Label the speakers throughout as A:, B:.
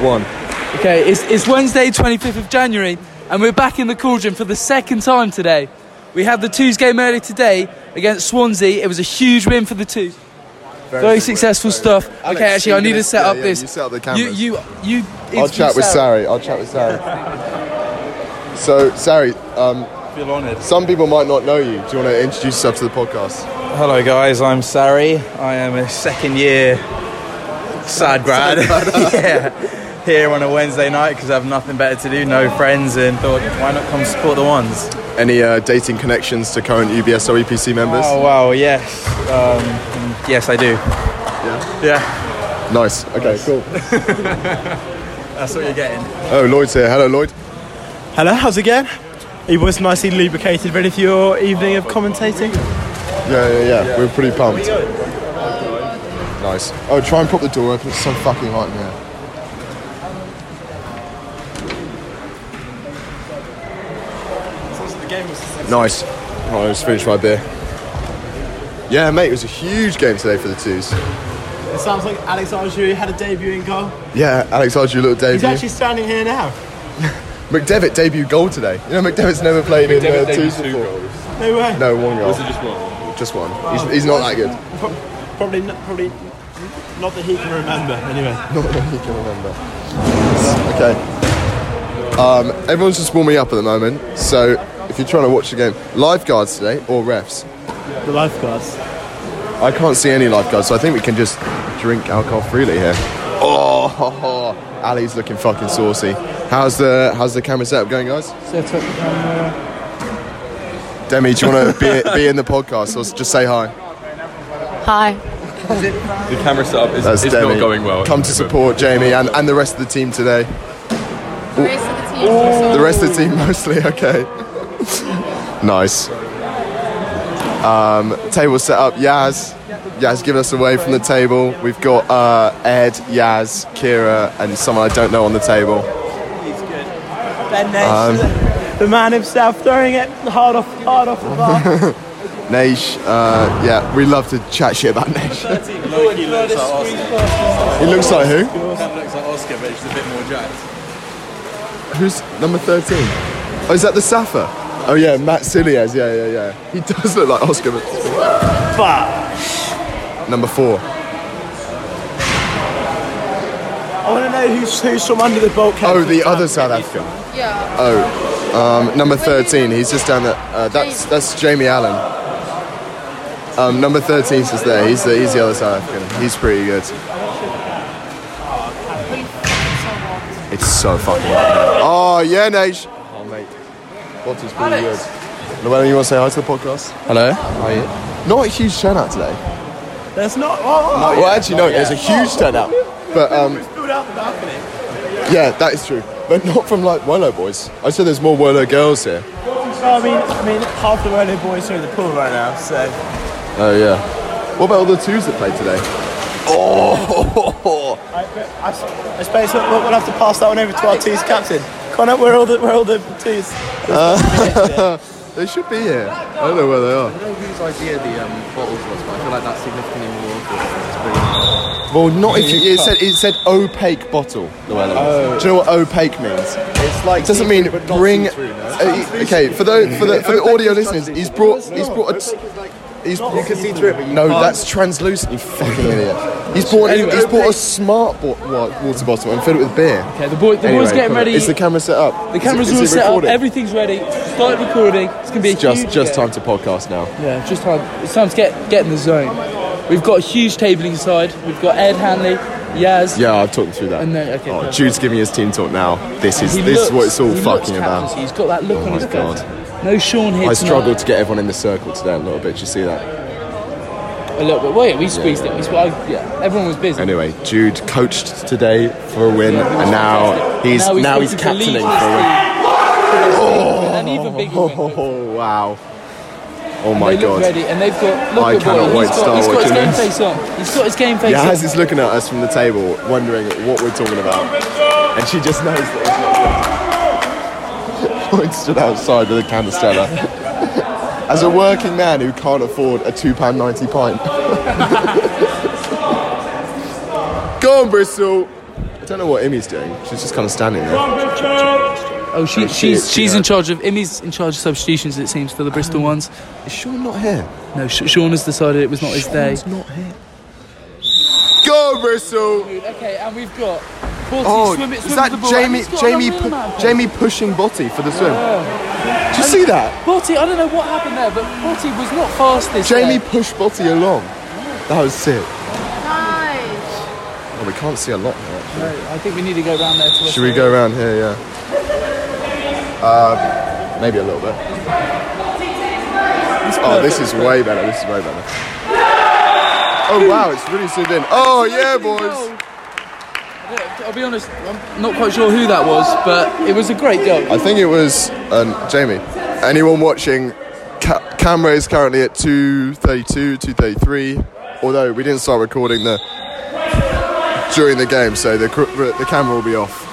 A: One.
B: Okay, it's, it's Wednesday, 25th of January, and we're back in the cauldron for the second time today. We had the twos game earlier today against Swansea. It was a huge win for the twos. Very, successful stuff.
A: Alex,
B: okay, actually, I
A: you
B: need to
A: did-
B: set
A: yeah,
B: up
A: yeah,
B: this.
A: you set up the cameras.
B: You, you, you
A: I'll
B: interview
A: chat
B: Sarah.
A: with Sari. I'll chat with Sari. so, Sari, um,
C: Feel honoured.
A: some people might not know you. Do you want to introduce yourself to the podcast?
C: Hello, guys. I'm Sari. I am a second year sad grad. yeah, here on a Wednesday night because I have nothing better to do, no friends, and thought, why not come support the ones?
A: Any uh, dating connections to current UBS or EPC E members?
C: Oh wow, yes, um, yes, I do.
A: Yeah.
C: Yeah,
A: Nice. Okay, cool.
C: that's what you're getting.
A: Oh, Lloyd's here. Hello, Lloyd.
D: Hello, how's it going? It was nicely lubricated, ready for your evening of commentating.
A: Yeah, yeah, yeah. We're pretty pumped. Nice. Oh, try and pop the door open. It's so fucking hot in here. Nice. Right, I just finished my beer. Yeah, mate, it was a huge game today for the twos.
D: It sounds like Alex Arjou had a debut in goal.
A: Yeah, Alex Arju, little debut.
D: He's actually standing here now.
A: McDevitt debut goal today. You know, McDevitt's never played in uh, twos before.
D: No way.
A: No, one goal. just one? Just one. He's, he's not that good.
D: Pro- Probably, not, probably not that he can remember. Anyway,
A: Not that he can remember. Okay. Um, everyone's just warming up at the moment, so if you're trying to watch the game, lifeguards today or refs?
D: the lifeguards.
A: I can't see any lifeguards, so I think we can just drink alcohol freely here. Oh, ho, ho. Ali's looking fucking saucy. How's the how's the camera setup going, guys?
B: Set up the camera.
A: Demi, do you want to be, be in the podcast or s- just say hi?
E: Hi.
F: The camera setup is
A: That's
F: it's
A: Demi.
F: not going well.
A: Come to support Jamie and, and the rest of the team today.
E: The rest of the team also-
A: The rest of the team mostly okay. nice. Um, table set up. Yaz, Yaz, give us away from the table. We've got uh, Ed, Yaz, Kira, and someone I don't know on the table.
D: Ben
A: Um,
D: Nash, the man himself, throwing it hard off, hard off the bar.
A: Naish, uh, yeah, we love to chat shit about Naish. he looks like who?
C: That looks like Oscar, but it's a bit more jacked.
A: Who's number thirteen? Oh, is that the Safa? Oh yeah, Matt Siliez. Yeah, yeah, yeah. He does look like Oscar. But...
D: Fuck.
A: Number four.
D: I want to know who's, who's from under the bulkhead.
A: Oh, the other South African.
E: Yeah.
A: Oh, um, number 13. He's just down there. Uh, that's that's Jamie Allen. Um, number 13 is just there. He's the he's the other South African. He's pretty good. It's so fucking hot. Oh yeah, Nage. Oh mate, bottle's pretty good. Llewellyn, you want to say hi to the podcast?
F: Hello.
A: Not a huge turnout today.
D: There's not. Oh,
A: well, actually, no. There's a huge turnout, but um,
D: oh. Pulled out the balcony.
A: yeah, that is true. But not from like Wolo boys. I said there's more Wolo girls here.
D: Well, I mean, I mean, half the Rolo boys are in the pool right now, so.
A: Oh yeah. What about all the twos that played today? Oh,
D: I, I, I suppose we'll, we'll have to pass that one over to our twos captain. Connor, where all the where all the twos?
A: they should be here. I don't know where they
F: I
A: are.
F: don't know whose idea the um, bottles was, but I feel like that's significantly more awkward. It's pretty nice.
A: Well, not if you, it said it said opaque bottle. Oh. Do you know what opaque means?
F: It's like
A: It doesn't mean
F: but not
A: bring.
F: see-through, no?
A: uh, okay, for the for the for the audio listeners, he's brought he's brought a. T- He's,
F: You can see through it, but you
A: No,
F: can't.
A: that's translucent. You fucking idiot. He's bought he's bought a smart bo- wa- water bottle and filled it with beer.
B: Okay, the, boy, the
A: Anyway,
B: boys getting
A: come on.
B: ready.
A: Is the camera set up?
B: the
A: Is it-
B: camera's
A: is it
B: all set up.
A: recording?
B: Everything's ready. Start recording. It's going to be a
A: It's just
B: huge
A: just
B: game.
A: time to podcast now.
B: Yeah, just time. It's time to get get in the zone. We've got a huge table inside. We've got Ed Hanley, Yaz.
A: Yeah, I've talked through that.
B: And then- okay,
A: oh,
B: perfect.
A: Jude's giving his team talk now. This is
B: He
A: this is what
B: looks-
A: it's all
B: he looks
A: fucking about.
B: captaincy. He's got that look
A: Oh
B: on
A: my
B: his face.
A: God.
B: No Sean here.
A: I
B: tonight.
A: struggled to get everyone in the circle today a little bit. Did you see that?
B: a little bit. Well, yeah, we squeezed it. We sque- I- yeah, everyone was busy.
A: Anyway, Jude coached today for a win, and now he's now he's,
B: looking to
A: captaining
B: lead
A: for
B: this
A: a win.
B: team. An even bigger win.
A: Oh wow! Oh my
B: they look
A: god!
B: ready, and they've got. Look
A: I
B: at
A: cannot
B: boy.
A: wait
B: He's
A: to
B: got, he's got his
A: start watching
B: game
A: this.
B: face on. He's got his game face on.
A: Yaz is looking at us from the table, wondering what we're talking about, and she just knows that it's not good. Lloyd stood outside with a canister. As a working man who can't afford a £2.90 pint. Go on, Bristol! don't know what Imi's doing. She's just kind of standing there.
B: Oh, she,
A: shit,
B: she's
A: she
B: she's in
A: knows.
B: charge of Imi's in charge of substitutions. It seems for the Bristol ones.
A: Is Sean not here?
B: No, Sh- Sean has decided it was not his day.
A: not here. Go Bristol!
B: Okay, and we've got.
A: Oh, is that Jamie? Jamie? Pu- Jamie pushing Botti for the swim. Did you see that?
B: Botti, I don't know what happened there, but Botti was not fast this
A: Jamie
B: day.
A: pushed Botti along. That was sick.
E: Nice.
A: Oh, we can't see a lot now. actually.
B: I think we need to go round there. To
A: Should we go around here? Yeah. Uh, maybe a little bit. Oh, this is way better. This is way better. Oh wow, it's really zoomed in. Oh yeah, boys.
B: I'll be honest, I'm not quite sure who that was, but it was a great goal.
A: I think it was um, Jamie. Anyone watching, ca- camera is currently at 2.32, 2.33, although we didn't start recording the during the game, so the, cr- the camera will be off.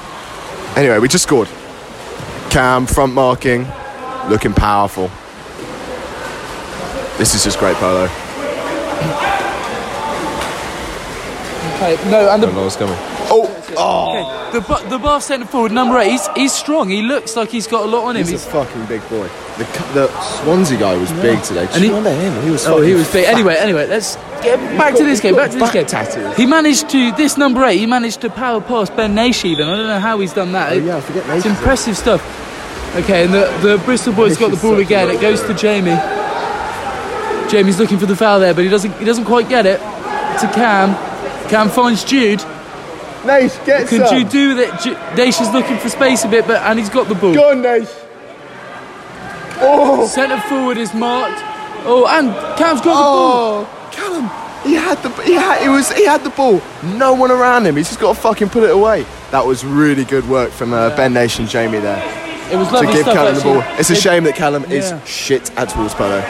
A: Anyway, we just scored. Cam, front marking, looking powerful. This is just great, Polo.
B: Okay, no, and the,
A: I know what's coming. Oh, oh,
B: okay, the, bu- the bar centre forward, number eight, he's, he's strong. He looks like he's got a lot on him.
A: he's a
B: He's,
A: fucking big boy. The, cu- the Swansea guy was big today. Did
B: And
A: you
B: he-
A: remember him? He was
B: oh, he
A: fucking
B: was big. Anyway, anyway, let's get back to this game. Back to this game.
A: tattoos.
B: He managed to, this number eight, he managed to power past Ben Nash even. I don't know how he's done that.
A: Oh, yeah, I forget
B: It's
A: Nash is
B: impressive stuff. Okay, and the, the Bristol boys got the
A: is
B: ball
A: such a
B: again. It goes to Jamie. Jamie's looking for the foul there, but he doesn't, he doesn't quite get it. To Cam. Cam finds Jude.
A: Nate, get
B: Can
A: some.
B: Jude do with it? Ju- Nash is looking for space a bit, but and he's got the ball.
A: Go on, Nate. Oh,
B: Centre forward is marked. Oh, and Cam's got
A: oh, Callum. He had the he had it was he had the ball. No one around him. He's just got to fucking put it away. That was really good work from uh, Ben Nation, Jamie there
B: the ball. It was
A: to
B: lovely
A: give
B: stuff.
A: Callum
B: actually.
A: the ball. It's a
B: It-
A: shame that Callum is
B: Yeah.
A: shit at Wolfsburg.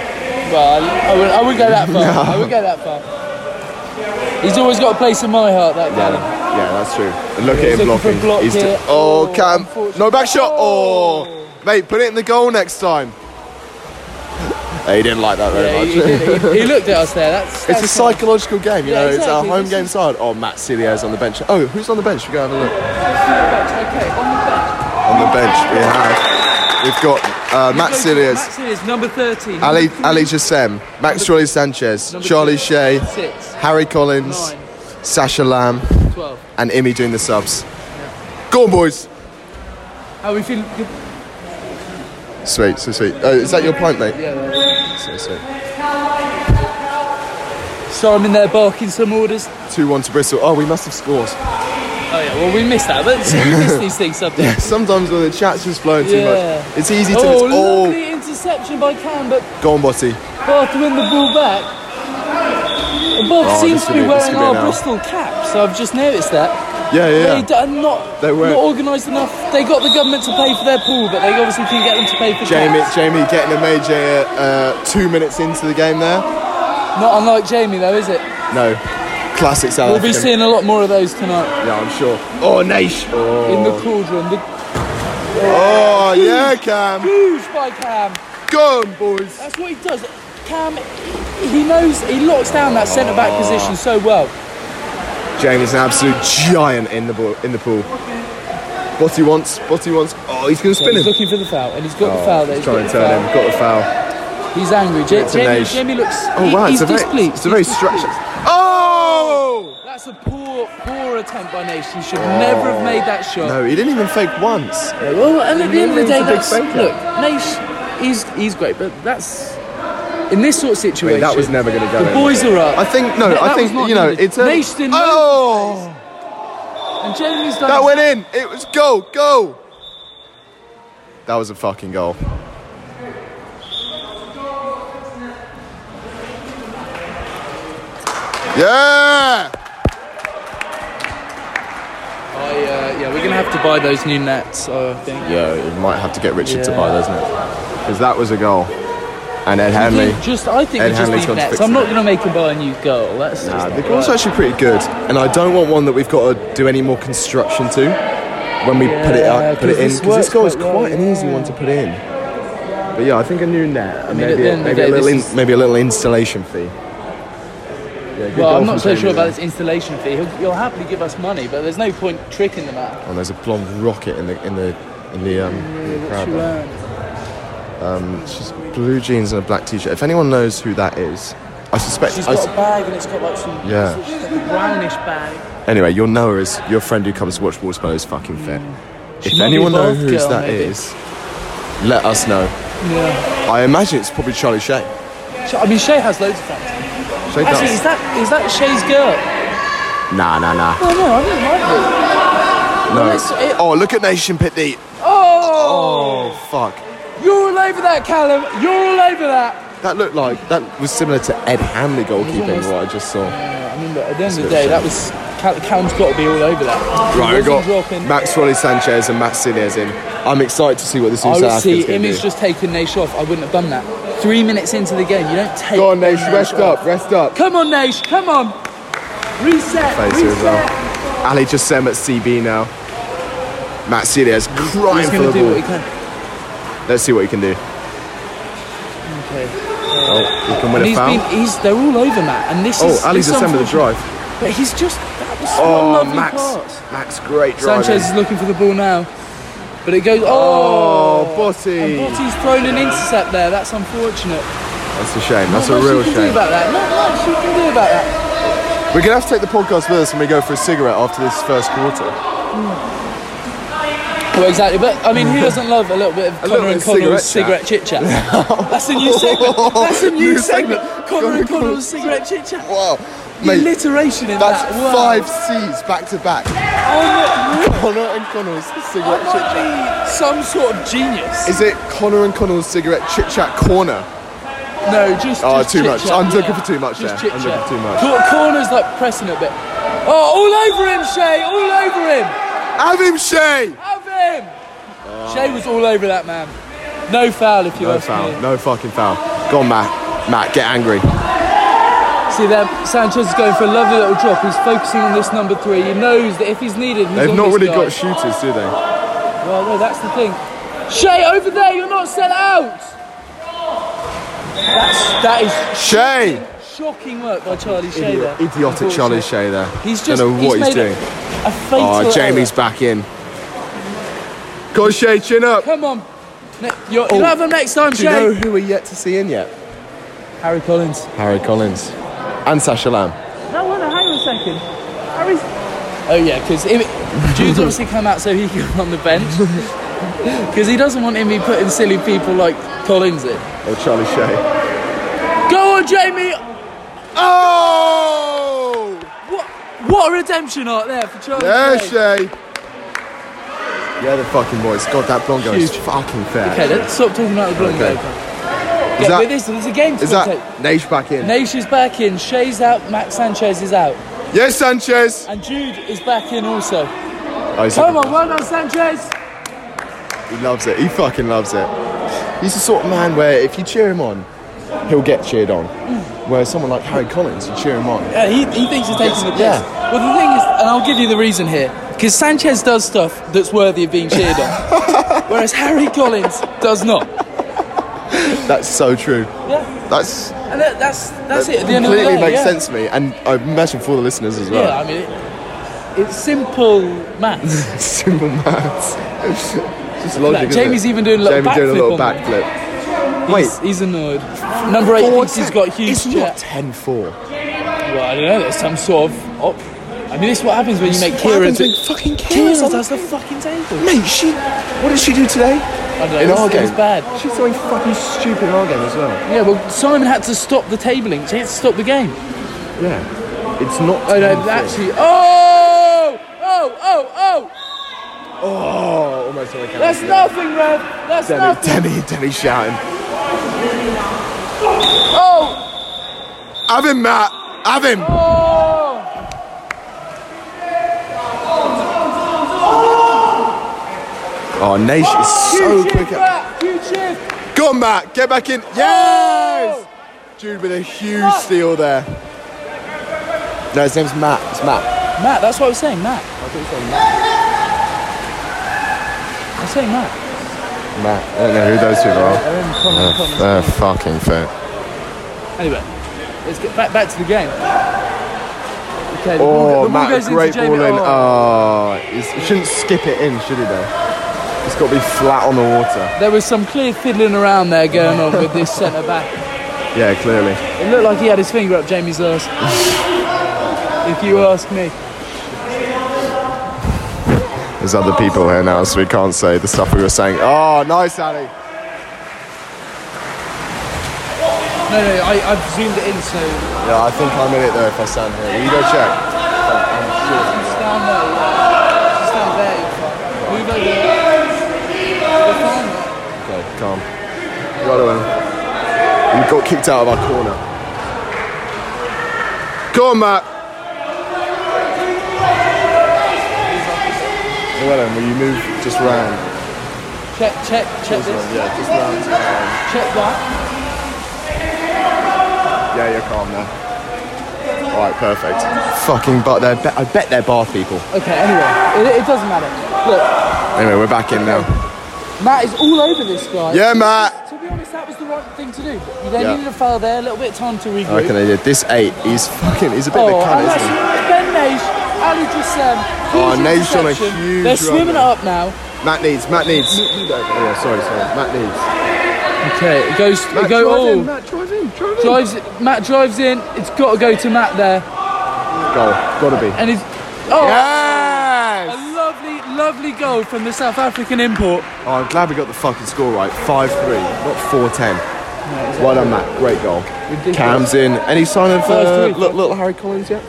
B: Well, I, I wouldn't, I wouldn't go that far. I wouldn't go that far. He's always got a place in my heart, that
A: Yeah,
B: guy.
A: yeah, that's true. And look at
B: He's
A: him
B: looking for a
A: blocking.
B: block
A: He's do-
B: here.
A: oh,
B: Oh,
A: Cam, no back shot.
B: Oh.
A: Oh, mate, put it in the goal next time. he didn't like that very
B: Yeah,
A: much.
B: he, he did it. He- he looked at us there. That's,
A: It's a
B: that's not-
A: psychological game, you
B: Yeah,
A: know. It's our
B: exactly,
A: home
B: this
A: game side. Oh, Matt Cilio's on the bench. Oh, who's on the bench? We go have a look. On the bench, we have. We've got uh, Matt
B: Matt
A: Cilio's,
B: Silius, number 13.
A: Ali Ali Jassem, Max Jolly Sanchez,
B: Number
A: Charlie
B: two.
A: Shea,
B: 6,
A: Harry Collins,
B: 9,
A: Sasha Lamb,
B: 12.
A: and Imi doing the subs. Go on, boys.
B: How we feeling? Good?
A: Sweet, so sweet. Oh, is that your pint, mate?
B: Yeah.
A: So sweet.
B: Sorry, I'm in there barking some orders.
A: 2 1 to Bristol. Oh, we must have scored.
B: Oh, yeah, well, we missed that. But we miss these things sometimes.
A: Sometimes when the chat's just flowing too
B: Yeah.
A: much, it's easy to.
B: Oh,
A: it's all
B: lovely interception by Cam, but
A: go on, Bossy.
B: Bath win the ball back. And Bath
A: Oh,
B: seems
A: this
B: to be
A: could be- this
B: wearing
A: could be
B: our
A: an out.
B: Bristol cap, so I've just noticed that.
A: Yeah, yeah. yeah.
B: They d- are not,
A: They weren't.
B: not organised enough. They got the government to pay for their pool, but they obviously couldn't get them to pay for
A: Jamie,
B: caps.
A: Jamie getting a major uh, two minutes into the game there.
B: Not unlike Jamie, though, is it?
A: No, classic South
B: We'll be
A: African.
B: seeing a lot more of those tonight
A: Yeah, I'm sure. Oh, Naish. Oh,
B: in the cauldron. The
A: oh yeah, Cam.
B: huge by Cam.
A: Go on, boys.
B: That's what he does. Cam, he knows, he locks down that centre
A: Ah.
B: back position so well.
A: Jamie's an absolute giant in the ball, in the pool. What he wants, what he wants. Oh, he's gonna spin
B: He's
A: him.
B: looking for the foul, and he's got the foul there.
A: Oh, He's
B: got
A: trying to
B: the
A: turn
B: foul.
A: him. Got the foul.
B: He's angry. Ja-
A: It's a
B: Jamie,
A: nage.
B: Jamie looks.
A: Oh
B: he-
A: wow,
B: he's
A: it's a very,
B: displeased.
A: it's a very
B: He's displeased.
A: structured. Oh!
B: That's a poor, poor attempt by Nation. He should never
A: Oh.
B: have made that shot.
A: No, he didn't even fake once.
B: Well, and at the end of the
A: He's a
B: day,
A: big
B: that's
A: faker.
B: look, Nation. He's he's great, but that's in this sort of
A: I mean,
B: situation.
A: that was never gonna go.
B: The
A: in.
B: boys are up.
A: I think no.
B: That-
A: I
B: that
A: think
B: was not
A: you know
B: needed.
A: it's a.
B: Naish didn't know.
A: oh.
B: and Jamie's done.
A: That went in. It was go, go. That was a fucking goal. Yeah!
B: I, uh, yeah, we're gonna have to buy those new nets. I think.
A: Yeah, you might have to get Richard to
B: Yeah.
A: buy those now. Because that was a goal. And Ed Henley.
B: Just, I think
A: Ed
B: we just
A: Hanley's
B: need
A: got to
B: nets.
A: fix
B: I'm
A: that.
B: not gonna make him buy a new goal. That's
A: Nah,
B: just
A: Uh, the
B: not
A: goal's
B: right.
A: actually pretty good. And I don't want one that we've got to do any more construction to when we put it
B: Yeah,
A: up,
B: 'cause
A: put it in.
B: this
A: Because this
B: works
A: goal is
B: quite well,
A: quite an easy
B: yeah.
A: one to put in. But yeah, I think a new net. and
B: mean, at
A: maybe,
B: the
A: a-
B: end of the
A: maybe, a
B: day,
A: little
B: this
A: in,
B: is-
A: maybe a little installation fee.
B: Well, I'm not so sure about this installation fee. He'll, he'll happily give us money, but there's no point tricking the man.
A: And Oh, there's a blonde rocket in the in the in the, um, in the crowd.
B: She
A: there.
B: learned.
A: She's blue jeans and a black t-shirt. If anyone knows who that is, I suspect.
B: She's
A: I
B: got
A: s-
B: a bag and it's got like some
A: Yeah.
B: sort of brownish bag.
A: anyway, you'll know her as your friend who comes to watch water polo is fucking fit.
B: She
A: If
B: might be
A: anyone
B: a
A: knows
B: Bath
A: who
B: girl,
A: that
B: maybe.
A: is, let us know.
B: Yeah.
A: I imagine it's probably Charlie Shea.
B: She- I mean, Shay has loads of fans.
A: Shea
B: Actually, is
A: does.
B: that is that Shay's girl?
A: Nah, nah, nah.
B: Oh no, I don't like it.
A: No.
B: it's- it-
A: Oh, look at Nation Pit Deep.
B: Oh,
A: Oh, fuck.
B: you're all over that, Callum. You're all over that.
A: That looked like that was similar to Ed Hamley goalkeeping.
B: almost-
A: What I just saw.
B: I mean, look, at the end of the
A: It's a bit
B: day,
A: of a
B: that was Cal- Callum's got to be all over that. He
A: Right,
B: wasn't
A: we've got
B: dropping.
A: Max Rolly Sanchez and Matt Sinez in. I'm excited to see what this new
B: I
A: South
B: would see
A: African's going to
B: Image
A: do.
B: just taking Naish off. I wouldn't have done that. Three minutes into the game, you don't take.
A: Go on, Nation, rest
B: off.
A: up, rest up.
B: Come on, Naish. Come on. Reset.
A: Face
B: reset.
A: as well. Ali Jassem at CB now. Matt Sinez crying
B: He's
A: for the
B: going to do what he
A: ball.
B: can.
A: Let's see what he can do.
B: Okay.
A: Oh, he can
B: And
A: win a
B: he's
A: foul.
B: been, he's, they're all over Matt, and this
A: Oh,
B: is.
A: Ali
B: this
A: Jassem with a
B: unfortunate-
A: drive.
B: But he's just. That was oh,
A: Oh,
B: lovely
A: Max.
B: pass.
A: Max, great drive.
B: Sanchez is looking for the ball now, but it goes.
A: Oh,
B: Oh, and
A: Botti.
B: Botti's thrown an intercept there. That's unfortunate.
A: That's a shame. That's
B: Not
A: a
B: much
A: real
B: you can do
A: shame.
B: about that. Not much you can do about that.
A: We're going to have to take the podcast with us when we go for a cigarette after this first quarter.
B: Well, exactly. But I mean, who doesn't love a little bit of
A: little
B: Connor and
A: bit of
B: Connell's
A: cigarette
B: cigarette chit chat? That's a new segment. That's a new,
A: New segment.
B: segment. Connor and
A: Connor-
B: Connell's cigarette chit chat.
A: Wow.
B: The
A: Mate,
B: alliteration in
A: That's
B: that. Wow.
A: five C's back to back. Oh
B: Oh, look,
A: Connor and Connell's
B: I
A: cigarette chit chat.
B: might be some sort of genius.
A: Is it Connor and Connell's cigarette chit chat corner?
B: no, just.
A: Oh,
B: just
A: too
B: chit
A: much.
B: Chat,
A: I'm
B: yeah.
A: looking for too much
B: Just
A: there. I'm
B: chit-chat.
A: looking for too much.
B: Cor- Corner's like pressing it a bit. Oh, all over him, Shay. All over him.
A: Have him, Shay!
B: Have him. Shay was all over that man. No foul, if you
A: No
B: ask me.
A: foul. No fucking foul. Go on, Matt. Matt, get angry.
B: See there, Sanchez is going for a lovely little drop. He's focusing on this number three. He knows that if he's needed, he's
A: They've
B: on
A: not
B: this
A: really
B: guy.
A: got shooters, do they?
B: well, no, that's the thing. Shay, over there, you're not sent out. That's that is
A: Shay!
B: shocking work by Charlie Shay there.
A: Idiotic Charlie Shay there.
B: He's
A: Don't
B: just
A: know what
B: made
A: he's, doing.
B: A, a fatal
A: Oh, Jamie's
B: error.
A: back in. Go on, Shay, chin up.
B: Come on, Ne- you're, you'll have him next time,
A: Oh. Do you
B: Shay.
A: know who we're yet to see in yet?
B: Harry Collins.
A: Harry Collins. And Sasha Lamb.
B: No, no, hang on a second. Harry's. Oh yeah, because Jude's obviously come out so he can go on the bench. Because he doesn't want him to be putting silly people like Collins in.
A: Oh, Charlie Shay.
B: Go on, Jamie.
A: Oh!
B: What? What a redemption art there for Charlie.
A: Yeah,
B: Shea.
A: Shay. Yeah, the fucking voice. God, that blonde girl is
B: Huge.
A: fucking fair.
B: Okay, let's stop talking about the blonde
A: Okay.
B: okay.
A: Is that-
B: with this, there's a game to
A: Is
B: commentate.
A: that Nage back in?
B: Naish is back in, Shay's out, Max Sanchez is out,
A: yes, Sanchez.
B: and Jude is back in also.
A: Oh, he's
B: Come
A: looking-
B: on, well done, Sanchez.
A: He loves it. He fucking loves it. He's the sort of man where if you cheer him on, he'll get cheered on.
B: Mm.
A: Whereas someone like Harry Collins, you cheer him on.
B: Yeah, he, he thinks he's taking the piss.
A: Yeah.
B: Well, the thing is, and I'll give you the reason here, because Sanchez does stuff that's worthy of being cheered on, whereas Harry Collins does not.
A: That's so true.
B: Yeah,
A: That's
B: and that, that's that's
A: that
B: it. At the end of the
A: completely
B: day,
A: makes
B: yeah.
A: sense to me, and I imagine for the listeners as
B: Yeah, I
A: well.
B: mean, it, it's simple maths.
A: Simple maths. Just logic.
B: Like,
A: isn't
B: Jamie's
A: it?
B: even doing a little
A: Jamie doing
B: backflip
A: a little
B: on
A: backflip. Wait,
B: He's- he's annoyed. Number eight thinks he's got huge
A: It's
B: chat.
A: not 10-4.
B: Well, I don't know. There's some sort of. Op- I mean, this is what happens when you make
A: What
B: Kira.
A: happens when
B: Do-
A: fucking Kira's
B: Kira
A: on
B: does the fucking table.
A: Mate, she. What did she do today?
B: I don't know.
A: In
B: it was,
A: our
B: it was
A: game.
B: bad.
A: She's doing fucking stupid in our game as well.
B: Yeah. Well, Simon had to stop the tabling. He had to stop the game.
A: Yeah. It's not.
B: Oh no! Actually. Oh! Oh! Oh! Oh!
A: Oh, almost on the camera.
B: That's nothing, Rev. That's
A: Demi,
B: nothing.
A: Demi, Demi shouting.
B: Oh!
A: Have him, Matt. Have him.
B: Oh!
A: Oh, Nation is so
B: Huge
A: quick.
B: shift, Matt. Huge shift.
A: Go on, Matt. Get back in.
B: Oh!
A: Yes. Jude with a huge steal there. No, his name's Matt. It's Matt.
B: Matt, that's what I was saying, Matt. I was saying Matt.
A: Matt. I don't know who those people are.
B: I'm saying Matt.
A: They're fucking fit.
B: Anyway, let's get back, back to the game. Okay. the ball-
A: Oh,
B: the ball
A: Matt,
B: goes
A: a great
B: into Jamie-
A: ball in.
B: oh.
A: Ah, he's- he shouldn't skip it in, should he? Though it's got to be flat on the water.
B: There was some clear fiddling around there going on with this centre back.
A: Yeah, clearly.
B: It looked like he had his finger up Jamie's ass. if you ask me.
A: There's other people here now, so we can't say the stuff we were saying. Oh, nice, Ali.
B: No, no, I, I've zoomed it in, so
A: Yeah, I think I'm in it though if I stand here. Will you go check?
B: just down there. yeah. Just down there. you're fine. Move over there. You're fine.
A: Okay, calm. Right away. You got kicked out of our corner. Come on, Matt. Well then, will you move just round?
B: Check, check, check this.
A: Yeah, just round.
B: Check that.
A: Yeah, you're calm now. All right, perfect. Fucking but they're be- I bet they're Bath people.
B: Okay, anyway, it, it doesn't matter. Look,
A: Anyway, we're back in now.
B: Matt is all over this guy.
A: Yeah, Matt.
B: To be honest, that was the right thing to do. You then
A: Yeah.
B: needed a foul there, a little bit of time to regroup.
A: I reckon they did. This eight, he's fucking, he's a bit
B: Oh,
A: of a
B: and
A: cunt,
B: that's
A: isn't he?
B: Ben Nage, Ali Dressem.
A: Oh,
B: huge
A: Nage on a
B: interception.
A: huge
B: They're
A: run
B: swimming it
A: there.
B: up now.
A: Matt needs, Matt needs. Oh, yeah, sorry, sorry. Matt needs.
B: Okay, it goes.
A: Matt,
B: it go Oh.
A: drive
B: all.
A: in, Matt, drive in, drive in.
B: drives. Matt drives in. It's got to go to Matt there,
A: Goal, gotta be.
B: and it's. Oh, a
A: Yes!
B: lovely, lovely goal from the South African import.
A: Oh, I'm glad we got the fucking score right. 5 3, not 4 10. Well done, Matt. Great goal.
B: Ridiculous.
A: Cam's in. Any sign of uh,
B: 5-3,
A: little, little Harry Collins yet?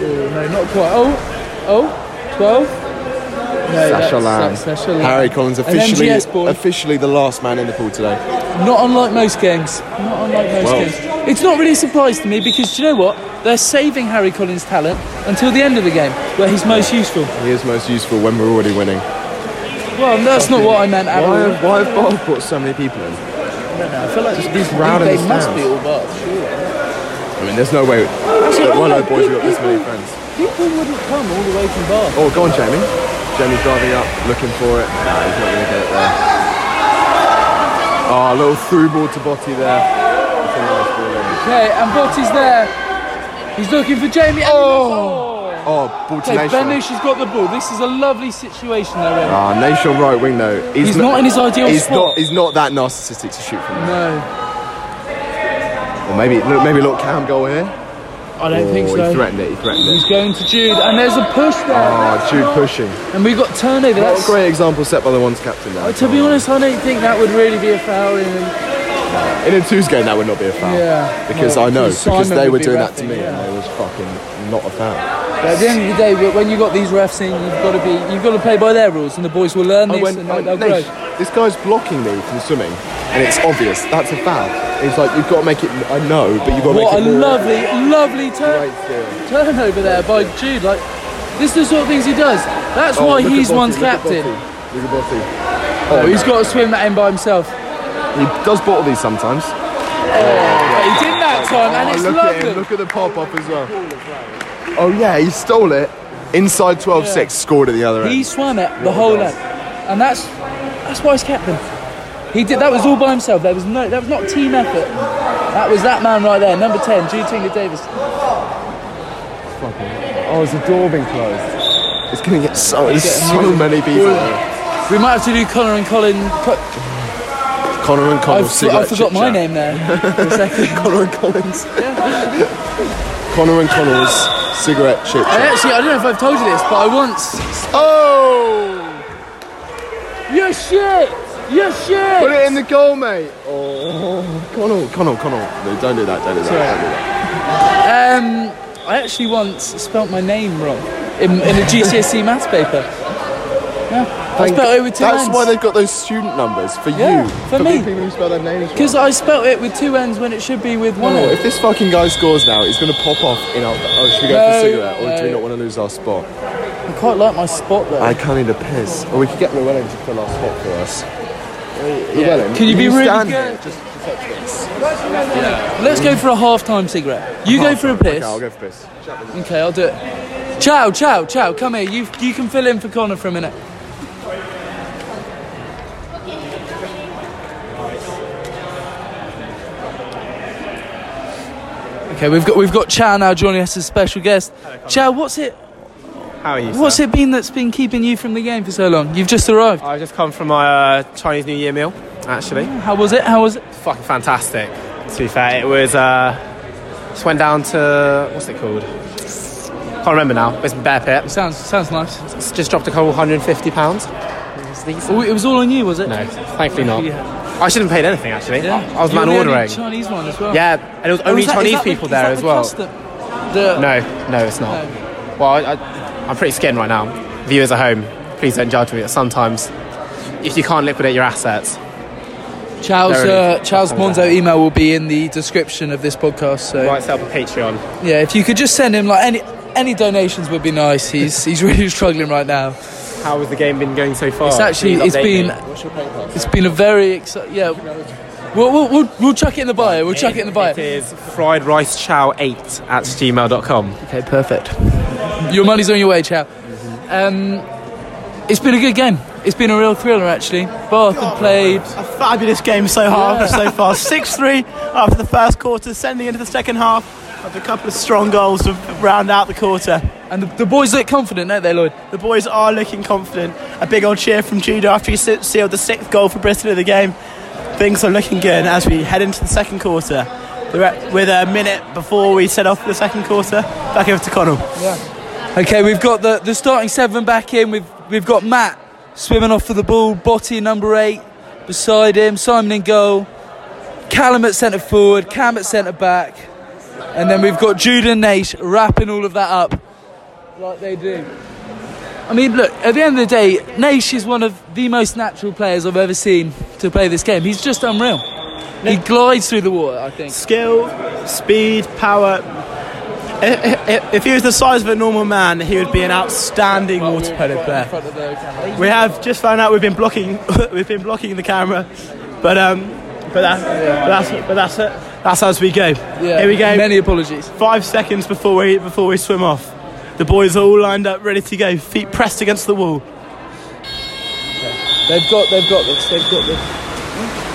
B: No, not quite. Oh, oh, 12. No, that's-
A: Sasha Lamb.
B: that's Sasha Lamb.
A: Harry Collins officially,
B: MGS boy.
A: officially the last man in the pool today.
B: Not unlike most games. Not unlike most
A: Well.
B: games. It's not really a surprise to me because do you know what? They're saving Harry Collins' talent until the end of the game, where he's most useful.
A: He is most useful when we're already winning.
B: Well, that's not what I meant at
A: Why
B: all.
A: have, why have Bath brought so many people in?
B: I feel like
A: Just these rowdy
B: they
A: fans.
B: must be all bars.
A: I mean, there's no way. Look, one of those boys, we got this many friends.
B: People wouldn't come all the way from Bath.
A: Oh, go on, Jamie. Jamie's driving up, looking for it. Nah, he's not going to get it there. Oh, a little through ball to Botti there. That's a nice ball in.
B: Okay, and Botti's there. He's looking for Jamie. Oh!
A: Oh, ball to
B: Okay,
A: Nation.
B: Benush has got the ball. This is a lovely situation they're in.
A: Ah, Nation right wing though.
B: He's not in his ideal
A: he's
B: spot.
A: Not, he's not that narcissistic to shoot from.
B: No,
A: Or maybe look, maybe look Cam goal here.
B: I don't
A: oh,
B: think
A: he
B: so.
A: threatened it. He threatened
B: He's
A: it.
B: going to Jude, and there's a push there.
A: Oh, Jude pushing.
B: And we've got turnover.
A: What a
B: That's
A: great example set by the ones captain there.
B: Uh, To be honest, I don't think that would really be a foul. In,
A: In a two's game, that would not be a foul.
B: Yeah.
A: Because
B: No,
A: I know,
B: because
A: because
B: Simon
A: they
B: would
A: were
B: be
A: doing that to
B: reffing,
A: me,
B: yeah.
A: and it was fucking not a foul.
B: but at the end of the day, wh- when you got these refs in, you've got to be, you've got to play by their rules, and the boys will learn
A: I
B: this
A: went,
B: and
A: I,
B: they'll grow.
A: Nate, this guy's blocking me from swimming, and it's obvious that's a foul. It's like you've got to make it. I know, but you've got to
B: What a
A: make it more.
B: lovely, lovely turn,
A: Right there.
B: turnover there by Jude. Like, this is the sort of things he does. That's
A: Oh,
B: why
A: look at
B: he's
A: Botti,
B: one's
A: look at
B: captain.
A: Botti, Look at Botti.
B: Oh, he's got to swim that in by himself.
A: He does bottle these sometimes.
B: But he did that time, and
A: Oh,
B: it's
A: look at him.
B: lovely.
A: Look at the pop up as well. Oh yeah, he stole it. Inside 12-6, scored at the other end.
B: He swam it the whole length, and that's that's why he's captain. He did that was all by himself. There was no that was not team effort. That was that man right there, number ten, Jutinga Davis.
A: Oh, is the door being closed? It's gonna get so. There's so many people.
B: We might have to do Connor and Colin. Co-
A: Connor and
B: I,
A: Connor.
B: f- I forgot my name there. For a second.
A: Connor and Collins. Connor and Connors cigarette chip.
B: I
A: chat.
B: actually I don't know if I've told you this, but I once.
A: Oh!
B: You shit. You shit.
A: Put it in the goal, mate. Oh, Connell, Connell, Connell. No, don't do that. Don't do that. Don't do that.
B: Um, I actually once spelt my name wrong in, in a GCSE E maths paper. Yeah, I spelt it with two
A: That's
B: N's.
A: why they've got those student numbers for
B: Yeah,
A: you.
B: for me.
A: people who spell their names. wrong.
B: Because I spelt it with two N's when it should be with one E.
A: Oh,
B: N.
A: if this fucking guy scores now, he's gonna pop off in our. Oh, should we go for
B: No,
A: a cigarette, or do we
B: no.
A: not want to lose our spot?
B: I quite like my spot though.
A: I can't need a piss. Or we could get Llewellyn to fill our spot for us. Llewellyn,
B: Can you be really
A: stand
B: good?
A: here? Just
B: Let's go for a half-time cigarette. You go for a piss.
A: Okay, I'll go for piss.
B: Okay, I'll do it. Chow, chow, chow. Come here. You you can fill in for Connor for a minute. Okay, we've got we've got Chow now joining us as special guest. Chow, what's it
G: How are you?
B: what's
G: sir?
B: it been that's been keeping you from the game for so long? You've just arrived.
G: I've just come from my uh, Chinese New Year meal, actually.
B: How was it? How was it?
G: Fucking fantastic, to be fair. It was, uh, just went down to, what's it called? Can't remember now. It's Bear Pit.
B: Sounds sounds nice.
G: It's just dropped a couple hundred and fifty pounds.
B: Oh, it was all on you, was it?
G: No, thankfully not.
B: Yeah.
G: I shouldn't have paid anything, actually. I was
B: You were
G: man
B: the only
G: ordering.
B: Chinese one as well.
G: Yeah, and there was
B: Oh,
G: only
B: is that- is
G: Chinese
B: that the-
G: people
B: is
G: there
B: that
G: as
B: the
G: well.
B: custom? The-
G: No, no, it's not. Well, I, I, I'm pretty skinned right now. Viewers at home, please don't judge me. Sometimes, if you can't liquidate your assets,
B: Chow's
G: There it
B: uh, Chow's Monzo email will be in the description of this podcast. So
G: might set up a Patreon.
B: yeah, if you could just send him like any any donations would be nice. He's he's really struggling right now.
G: How has the game been going so far?
B: It's actually
G: Oh,
B: it's
G: Please update
B: been
G: me.
B: it's been a very exciting yeah. We'll, we'll, we'll, we'll chuck it in the bio. We'll chuck it in the bio.
G: It is fried rice chow eight at gmail.com.
B: Okay, perfect. Your money's on your way, Chow.
G: Mm-hmm.
B: Um, it's been a good game. It's been a real thriller, actually. Bath have played.
C: A fabulous game so hard so far. Six three after the first quarter, sending into the second half after a couple of strong goals to round out the quarter.
B: And the, the boys look confident, don't they, Lloyd?
C: The boys are looking confident. A big old cheer from Judah after he se- sealed the sixth goal for Bristol in the game. Things are looking good as we head into the second quarter. We're at- with a minute before we set off the second quarter, back over to Connell.
B: Okay, we've got the, the starting seven back in. We've, we've got Matt swimming off for the ball. Botti, number eight, beside him. Simon in goal. Callum at centre forward. Cam at centre back. And then we've got Jude and Nate wrapping all of that up like they do. I mean, look, at the end of the day, Nate is one of the most natural players I've ever seen to play this game. He's just unreal. He glides through the water, I think.
C: Skill, speed, power. If, if, if he was the size of a normal man, he would be an outstanding water polo player. We have just found out we've been blocking we've been blocking the camera, but um, but that's but that's but that's it. That's as we go.
B: Yeah,
C: Here we go.
B: Many apologies.
C: Five seconds before we before we swim off. The boys are all lined up, ready to go. Feet pressed against the wall.
B: They've got, they've got this. They've got this.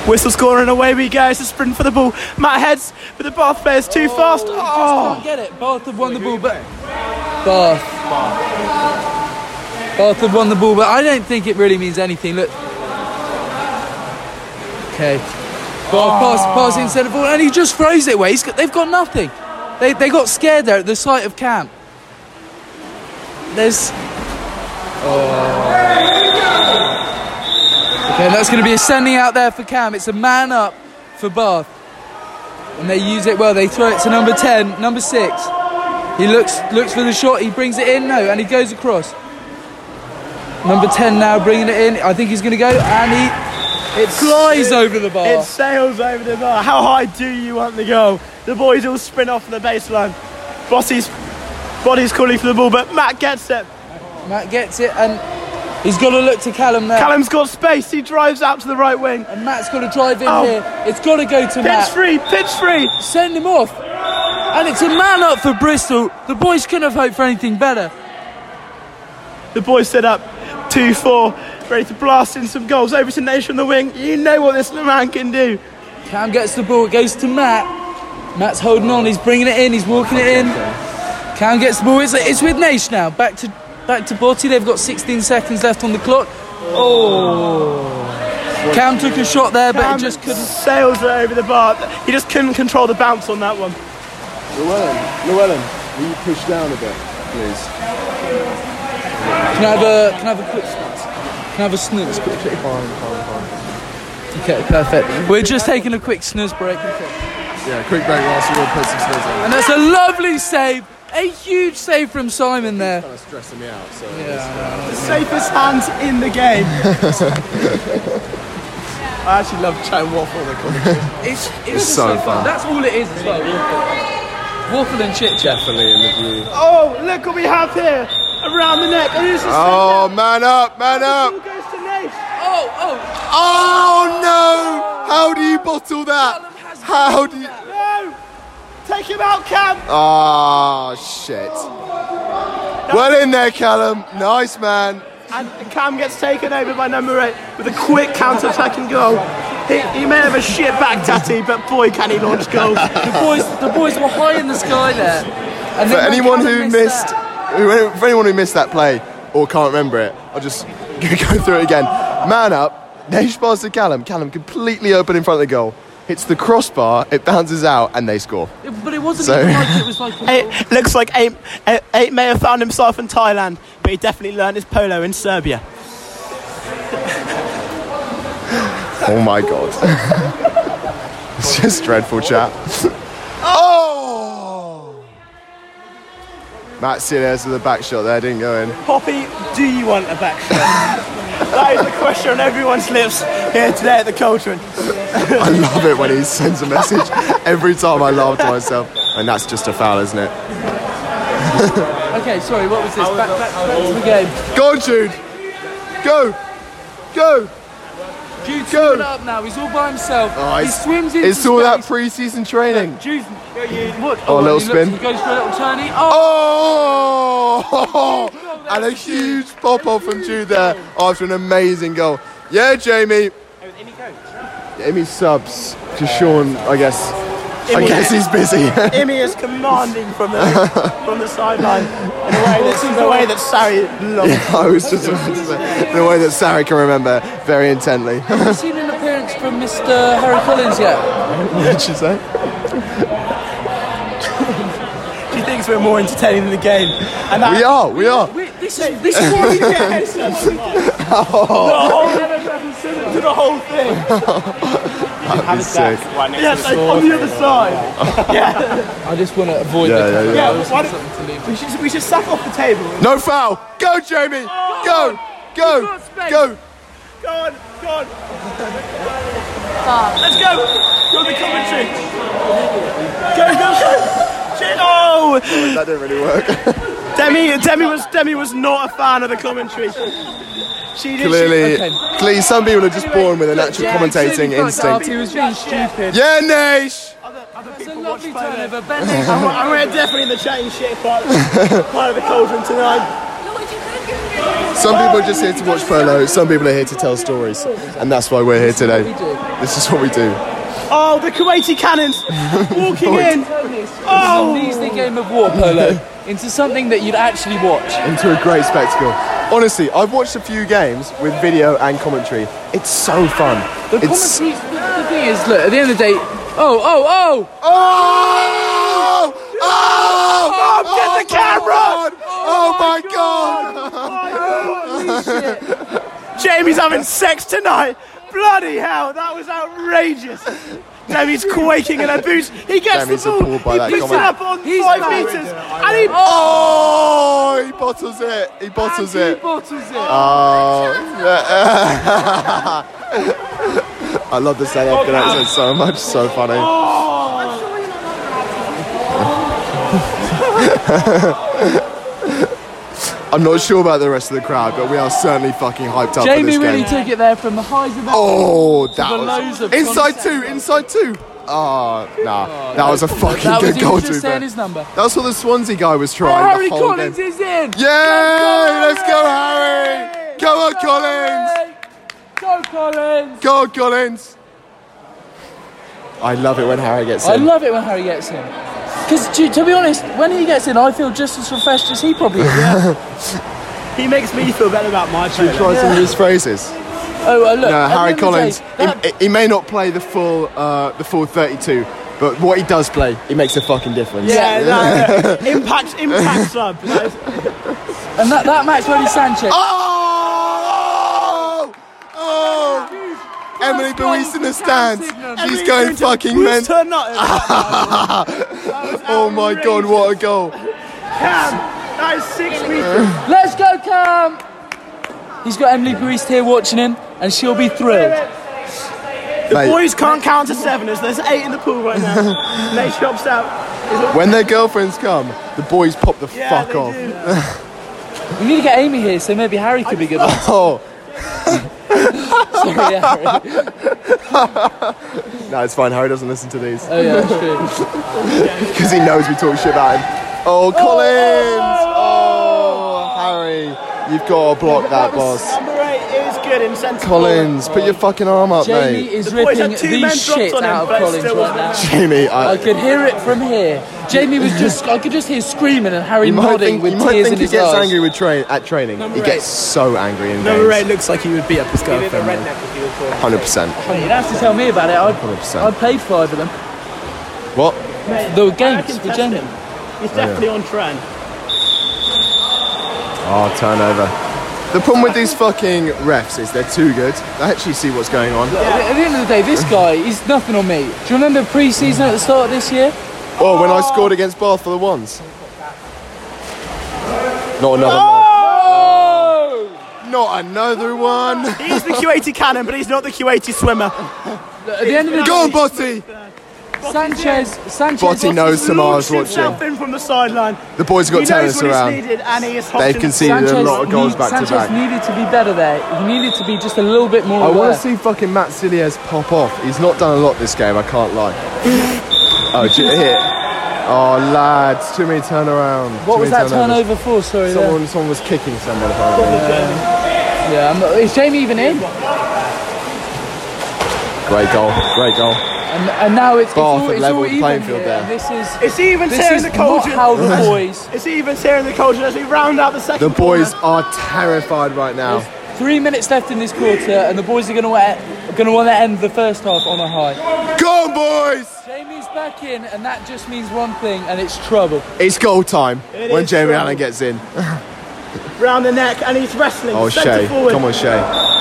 C: Whistle score and away we go. It's a sprint for the ball. Matt heads, but the Bath player's too fast. Oh.
B: Can't get it. Bath have won the ball, but Bath. Bath have won the ball, but I don't think it really means anything. Look. Okay. Bath pass, pass instead of ball, and he just throws it away. He's got, they've got nothing. They, they got scared there at the sight of camp. There's. Oh. Okay, that's going to be a sending out there for Cam. It's a man up for Bath and they use it well. They throw it to number ten, number six. He looks looks for the shot. He brings it in. No, and he goes across. Number ten now bringing it in. I think he's going to go, and he it flies over the
A: Oh.
B: bar.
C: It sails over the bar. How high do you want the goal? The boys all sprint off the baseline. Bossy's body's calling for the ball, but Matt gets it.
B: Matt gets it, and he's got to look to Callum there.
C: Callum's got space. He drives out to the right wing.
B: And Matt's got to drive in
C: Oh.
B: here. It's got to go to
C: Pitch
B: Matt.
C: free, pitch free.
B: Send him off. And it's a man up for Bristol. The boys couldn't have hoped for anything better.
C: The boys set up 2 4, ready to blast in some goals. Over to Nation on the wing. You know what this man can do.
B: Cam gets the ball, it goes to Matt. Matt's holding on, he's bringing it in, he's walking it in. Cam gets the ball, it's, it's with Naish now. Back to back to Botti, they've got 16 seconds left on the clock. Oh. Cam took a shot there, but
C: Cam
B: it just couldn't.
C: Sails it over the bar. He just couldn't control the bounce on that one.
A: Llewellyn, Llewellyn, will you push down a bit, please?
B: Can I have a, can I have a quick Can I have a snooze quickly? Okay, perfect. We're just taking a quick snooze break.
A: Yeah, quick break whilst we all put some slides on.
B: And that's a lovely save. A huge save from Simon there.
A: That's stressing me out, so.
C: The safest hands in the game. I actually love Chan Waffle.
B: It's, it was
A: It's
B: a
A: so
B: so fun.
A: fun.
B: That's all it is as well. Waffle, waffle and chit chat.
A: Definitely in the view.
C: Oh, look what we have here. Around the neck. And it's a
A: Oh, man up, man up!
C: Who goes to Nate?
B: Oh, oh,
A: Oh no! How do you bottle that? How do you.
C: No! Take him out, Cam!
A: Ah, shit. Well in there, Callum. Nice man.
C: And Cam gets taken over by number eight with a quick counter-attacking goal. He, he may have a shit back tatty, but boy, can he launch goals.
B: The boys, the boys were high in the sky there. And
A: For
B: then when
A: anyone
B: Callum
A: who missed,
B: that-
A: who- for anyone who missed that play or can't remember it, I'll just go through it again. Man up, Nate pass to Callum. Callum completely open in front of the goal. Hits the crossbar, it bounces out, and they score.
B: it- but it wasn't
A: So-
B: even like it was like. A,
C: It looks like eight, eight, eight may have found himself in Thailand, but he definitely learned his polo in Serbia.
A: Oh my god. it's just dreadful chat. oh! Matt Silas with a back shot there, didn't go in.
C: Poppy, do you want a back shot? that is the question on everyone's lips here today at the Cauldron.
A: I love it when he sends a message. Every time I laugh to myself. And that's just a foul, isn't it?
B: okay, sorry. What was this? Back, back, back to the game.
A: Go on, Jude! Go! Go!
B: Jude's
A: Go.
B: Go. up now. He's all by himself.
A: Oh,
B: he swims into
A: It's all that
B: space.
A: preseason training.
B: Jude's. What?
A: Oh, a little
B: he looks-
A: spin.
B: He goes for a little turny. Oh,
A: Oh! And a huge pop off from Jude there after an amazing goal. Yeah, Jamie. Amy subs to Sean, I guess. I guess he's busy.
C: Imi is commanding from the, from the sideline in a way that's, in a way that Sari loves.
A: I was just about to say, in a way that Sarah can remember very intently.
B: have you seen an appearance from Mr. Harry Collins yet?
A: what did she say?
C: She thinks we're more entertaining than the game. And that,
A: We are, we are.
B: Wait, this is this is what we get.
C: Yes, that's the whole, the whole thing.
A: That'd be sick.
C: Yes, like, on the other side.
B: I just want to avoid
A: Yeah,
B: the
A: yeah, yeah.
C: Yeah, why don't, we, should, we should sack off the table.
A: No foul! Go, Jamie! Go! Go! Go!
C: Go on, go on. Let's go. Go to the commentary. Go, go, go. Shit, Oh!
A: That didn't really work.
C: Demi, Demi was Demi was not a fan of the commentary. She did.
A: Clearly,
B: okay.
A: clearly, some people are just born with a natural
B: Yeah,
A: commentating
B: he
A: instinct.
B: He was being stupid.
A: Yeah, Nash!
B: It's a lovely turnover. Ben
C: I'm, I'm gonna definitely in the chatting shit part, part of the cauldron tonight.
A: Some people are just here to watch polo, some people are here to tell stories. And that's why we're here today. This is what we do.
C: Oh, the Kuwaiti cannons walking in.
B: oh. turns the game of war polo into something that you'd actually watch.
A: Into a great spectacle. Honestly, I've watched a few games with video and commentary. It's so fun.
B: The
A: It's.
B: commentary's the thing is, look, at the end of the day, oh, oh, oh,
A: Oh! Oh!
C: Mom, get the camera!
A: Oh my god!
C: Jamie's having sex tonight. Bloody hell, that was outrageous. Demi's quaking in her boots. He gets
A: Demi's
C: the ball.
A: appalled by
C: he
A: that
C: picks it
A: comment.
C: up on
B: He's
C: five
B: mad.
C: meters, and he
A: Oh! He bottles it. He bottles
B: and
A: it. Oh,
B: he bottles it.
A: I love the South
B: Oh,
A: African accent so much. So funny. I'm not sure about the rest of the crowd, but we are certainly fucking hyped up
B: Jamie
A: for this
B: really
A: game.
B: took it there from the highs of that.
A: oh, that
B: the
A: was
B: lows of
A: inside
B: concept.
A: two, inside two. Oh, nah, that was a fucking
B: that was
A: good
B: him
A: goal
B: just
A: to
B: saying
A: be
B: his number.
A: That's what the Swansea guy was trying.
B: Harry
A: the whole
B: Collins
A: game.
B: is in.
A: Yay! Let's go, Harry! Come on, Collins!
B: Go Collins!
A: Go, Collins! I love it when Harry gets
B: I
A: in.
B: love it when Harry gets in. Because to be honest, when he gets in, I feel just as refreshed as he probably is.
C: He makes me feel better about my
A: Should we
C: polo.
A: try some of his phrases?
B: Oh, uh, look.
A: No,
B: at the
A: Harry
B: end of the
A: Collins.
B: day,
A: He,
B: that-
A: he may not play the full, uh, the full 32, but what he does play, he makes a fucking difference.
C: Yeah, no, no. impact, impact sub.
B: And that, that match when he Sanchez.
A: Oh! Oh! Emily Louise in the stands. She's
C: Every
A: going
C: Newton-
A: fucking
C: Bruce
A: mental.
C: Turner. That was
A: Oh my god,
C: outrageous.
A: what a goal!
C: Cam, that is six meters.
B: Let's go, Cam! He's got Emily Priest here watching him, and she'll be thrilled.
C: The
A: Mate.
C: boys can't count to seven. As there's eight in the pool right now. they chops out.
A: When their girlfriends come, the boys pop the
C: Yeah,
A: fuck
C: they
A: off.
C: do.
B: We need to get Amy here, so maybe Harry could be good. Sorry,
A: Oh,
B: Harry.
A: no, it's fine. Harry doesn't listen to these
B: Oh, yeah, that's true.
A: because he knows we talk shit about him. Oh, Collins! Oh, Harry, you've got to block that, boss.
C: Number eight is good incentive.
A: Collins, put your fucking arm up,
B: Jamie
A: mate.
B: is
C: The boys
B: ripping
C: had two
B: the
C: men dropped
B: shit
C: on him,
B: out of
C: but it
B: Collins
C: still
B: right now.
A: Jamie,
B: I
A: I,
B: could hear it from here. Jamie was just, I could just hear screaming and Harry
A: you might
B: nodding
A: think, you
B: with
A: might
B: tears
A: think
B: in
A: he
B: his
A: gets
B: eyes.
A: angry with train at training. he
C: eight.
A: gets so angry in
C: Number eight
A: games.
C: looks like he would beat up his girlfriend. though.
A: Hundred percent.
B: Mate, You'd have to tell me about it. I,
A: 100%.
B: I played five of them.
A: What?
B: The
C: I
B: games
C: reckon
B: were
C: test
B: genuine.
C: him. He's definitely on trend.
A: Oh, turnover. The problem with these fucking refs is they're too good. I actually see what's going on.
B: At the end of the day, this guy, he's nothing on me. Do you remember pre-season at the start of this year?
A: Oh, when I scored against Bath for the ones. Not another one. Not another one.
C: He's the Q80 cannon, but he's not the Q80 swimmer.
B: At the end of the
A: Go,
B: day,
A: Botti!
B: Sanchez, Sanchez,
A: Botti knows Samar's
C: Launched himself
A: watching.
C: in from the sideline.
A: The boys got
C: He knows
A: tennis
C: when he's
A: around.
C: needed, and he is
A: They've
C: hopped in-
A: conceded a lot of goals
B: need-
A: back to
B: Sanchez
A: back.
B: needed to be better there. He needed to be just a little bit more
A: I
B: aware.
A: want to see fucking Matt Silliers pop off. He's not done a lot this game, I can't lie. oh, j- hit. Oh, lads, too many turnaround.
B: what was that turnover for? Sorry, there.
A: Someone, someone was kicking someone. Apparently.
B: yeah. I'm not- is Jamie even in?
A: Great goal, great goal.
B: And, and now it's, it's
A: Bath
B: all,
A: have
B: it's all
A: levelled the
B: even
A: playing field
B: here,
A: there.
B: and This is
C: Is he even
B: this
C: tearing
B: is
C: the
B: not how
C: cauldron?
B: the boys.
C: Is he even tearing the cauldron as we round out the second?
A: The boys
C: corner?
A: are terrified right now.
B: Three minutes left in this quarter, and the boys are going to going to want to end the first half on a high.
A: Go on, boys!
B: Jamie's back in, and that just means one thing, and it's trouble.
A: It's goal time
C: It
A: when
C: is
A: Jamie
C: trouble.
A: Allen gets in.
C: round the neck, and he's wrestling.
A: Oh,
C: centre
A: Shay.
C: forward.
A: Come on, Shay.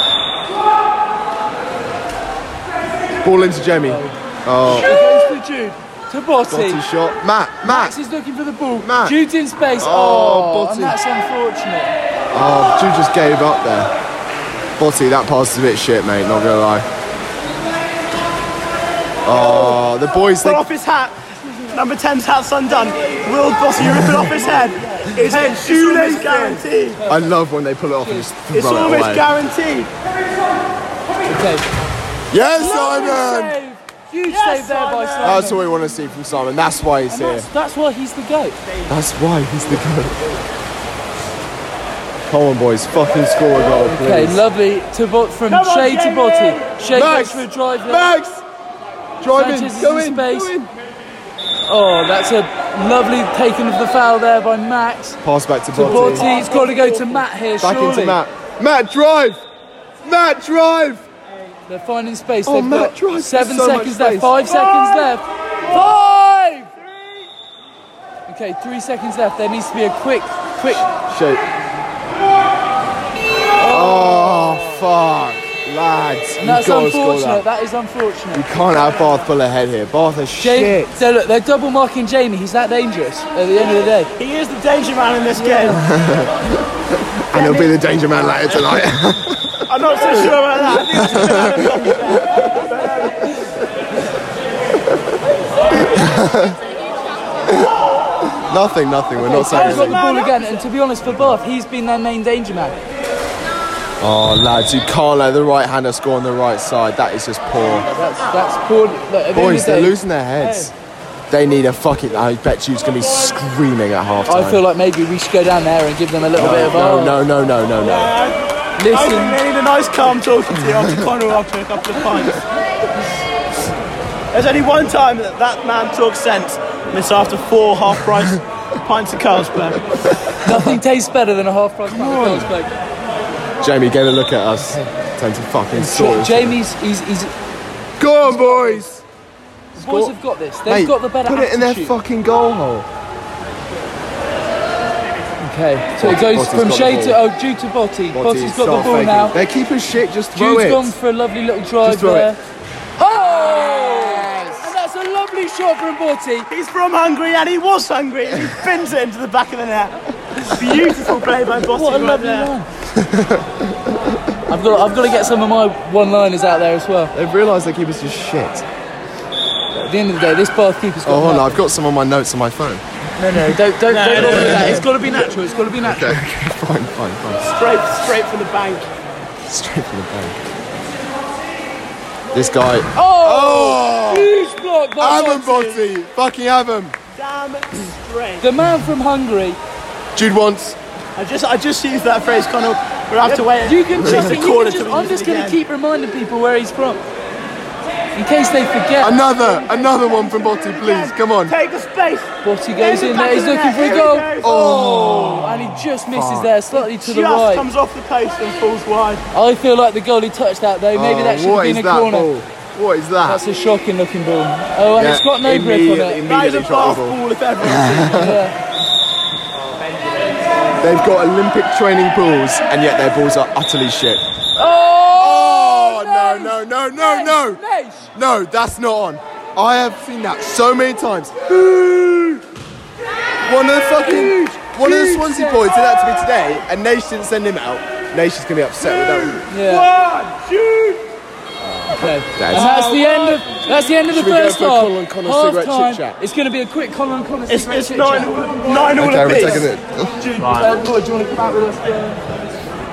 A: Ball into Jamie.
C: Oh,
A: Oh.
B: It goes to Jude, to
A: Botty
B: Botti.
A: shot. Matt,
B: Max
A: Matt.
B: is looking for the ball.
A: Matt.
B: Jude's in space.
A: Oh,
B: Oh,
A: Botti.
B: and that's unfortunate.
A: Oh, Jude just gave up there. Botty, that pass is a bit shit, mate, not gonna lie. Oh, the boys,
C: Pull
A: they
C: off his hat. Number 10's hat's undone. Will Bossy ripping off his head. His head shoelace guaranteed.
A: I love when they pull it off and just throw
C: It's
A: it
C: almost
A: away.
C: guaranteed.
B: Okay.
A: yes, Simon!
B: Save. Huge
C: Yes,
B: save there by
C: Simon.
B: Simon.
A: That's what we want to see from Simon. That's why he's here.
B: That's, that's why he's the goat.
A: That's why he's the goat. Come on, boys, fucking score a goal, please.
B: Okay, lovely. To bo- from
C: Come on,
B: Shay to
C: Jamie.
B: Botti. Shay
A: Max.
B: goes for a drive. there.
A: Max! Drive
B: Sanchez
A: in,
B: is
A: go
B: in
A: in,
B: space.
A: go in.
B: Oh, that's a lovely taking of the foul there by Max.
A: Pass back to
B: To
A: Botti.
B: Botti, it's got to go to Matt here,
A: Back
B: surely.
A: into Matt. Matt, drive! Matt, drive!
B: They're finding space.
A: Oh,
B: They've
A: Matt
B: got
A: drives with
B: seven
A: so much
B: seconds left.
A: space. Ah!
B: Five seconds left. Five! Okay, three seconds left. There needs to be a quick, quick.
A: Shake. Oh, fuck. Lads, you
B: And that's
A: gotta score
B: unfortunate.
A: that.
B: That is
A: You
B: unfortunate.
A: can't have Bath full ahead here. Bath are shit.
B: Jamie, so look, they're double marking Jamie. He's that dangerous at the end of the day.
C: He is the danger man in this game.
A: And he'll be the danger man later tonight.
C: I'm not so sure about that. I think
A: nothing, nothing. We're not
B: Harry's got
A: saying
B: Oh, the ball again, and to be honest, for Bath, he's been their main danger man.
A: Oh, lads, you can't let the right hander score on the right side. That is just poor.
B: That's that's poor. Look, at the end
A: Boys,
B: of the
A: they're
B: day,
A: losing their heads. They need a fucking. I bet you's gonna be screaming at half time.
B: I feel like maybe we should go down there and give them a little bit of
A: no,
B: a
A: no, no, no, no, no.
B: listen.
C: they need a nice calm talking to after Connor after a couple of pints. There's only one time that that man talks sense, and it's after four half price pints of Carlsberg.
B: Nothing tastes better than a half price pint of Carlsberg.
A: Jamie, get a look at us. Time to fucking sort it.
B: Jamie's, he's, he's,
A: Go on, boys!
B: boys have got this. They've
A: Mate,
B: got the better
A: Put it in their
B: attitude.
A: fucking goal hole.
B: Okay, so it
A: Botti-
B: goes
A: Botti's
B: from
A: got
B: Shay
A: the
B: to oh, Jude to Botti.
A: Botti's
B: Botti's got
A: start
B: the ball
A: faking.
B: now.
A: They're keeping shit, just throw
B: Jude's
A: it.
B: gone for a lovely little drive
A: Just throw
B: there.
A: it.
B: Oh! And that's a lovely shot from Botti.
C: He's from Hungary and he was hungry and he bins it into the back of the net. Beautiful play by Botti.
B: What a
C: right
B: lovely
C: there.
B: line. I've got, I've got to get some of my one-liners out there as well.
A: They've realised they keep us just shit.
B: At the end of the day, this bath keeper's got.
A: Oh, hold on,
B: nothing.
A: I've got some on my notes on my phone.
B: no, no, don't, don't, don't do that. It's got to be natural. It's got to be natural.
A: Okay, okay, fine, fine, fine.
C: Straight, straight from the bank.
A: Straight from the bank. This guy.
B: Oh! Huge block by
A: Have him,
B: Botti.
A: Botti! Fucking have him!
C: Damn straight.
B: The man from Hungary
A: Jude wants.
C: I just, I just used that phrase, Connell. We'll have to wait.
B: You can just,
C: Just
B: you
C: call
B: can
C: it
B: just
C: till we
B: I'm
C: use
B: just
C: it
B: going to
C: again.
B: keep reminding people where he's from. In case they forget.
A: Another, another one from Botti, please. Come on.
C: Take the space.
B: Botti goes in there, he's looking for a goal. Oh, and he just misses there, slightly to the
C: Just
B: right.
C: comes off the post and falls wide.
B: I feel like the goalie touched that though. Maybe that should have
A: Oh, what
B: been
A: is
B: a
A: that
B: corner.
A: ball? What is that?
B: That's a shocking looking ball. Oh, and
A: Yeah,
B: it's got no grip on
A: immediately-
B: it.
C: That is a
A: immediately shot
C: bath
A: the ball.
C: ball if ever.
A: They've got Olympic training balls, and yet their balls are utterly shit.
B: Oh,
A: Oh no no no no no
B: Nice.
A: no! That's not on. I have seen that so many times. One of the fucking one of the Swansea boys did that to me today, and Nation didn't send him out. Nation's gonna be upset with that.
B: Yeah.
C: One, two.
B: Okay. And
A: Nice.
B: that's the end of that's the end of the
A: Should we go
B: first
A: for a
B: half.
A: Colin Connor
B: Half
A: cigarette
B: time.
A: chit-chat?
B: It's going to be a quick Colin Connor
C: It's,
B: cigarette
C: it's
B: chit
C: nine,
B: chat.
C: nine all
A: Okay, we're
C: apiece.
A: taking it.
C: Dude,
B: Uh, Roy, do you want to come out with us?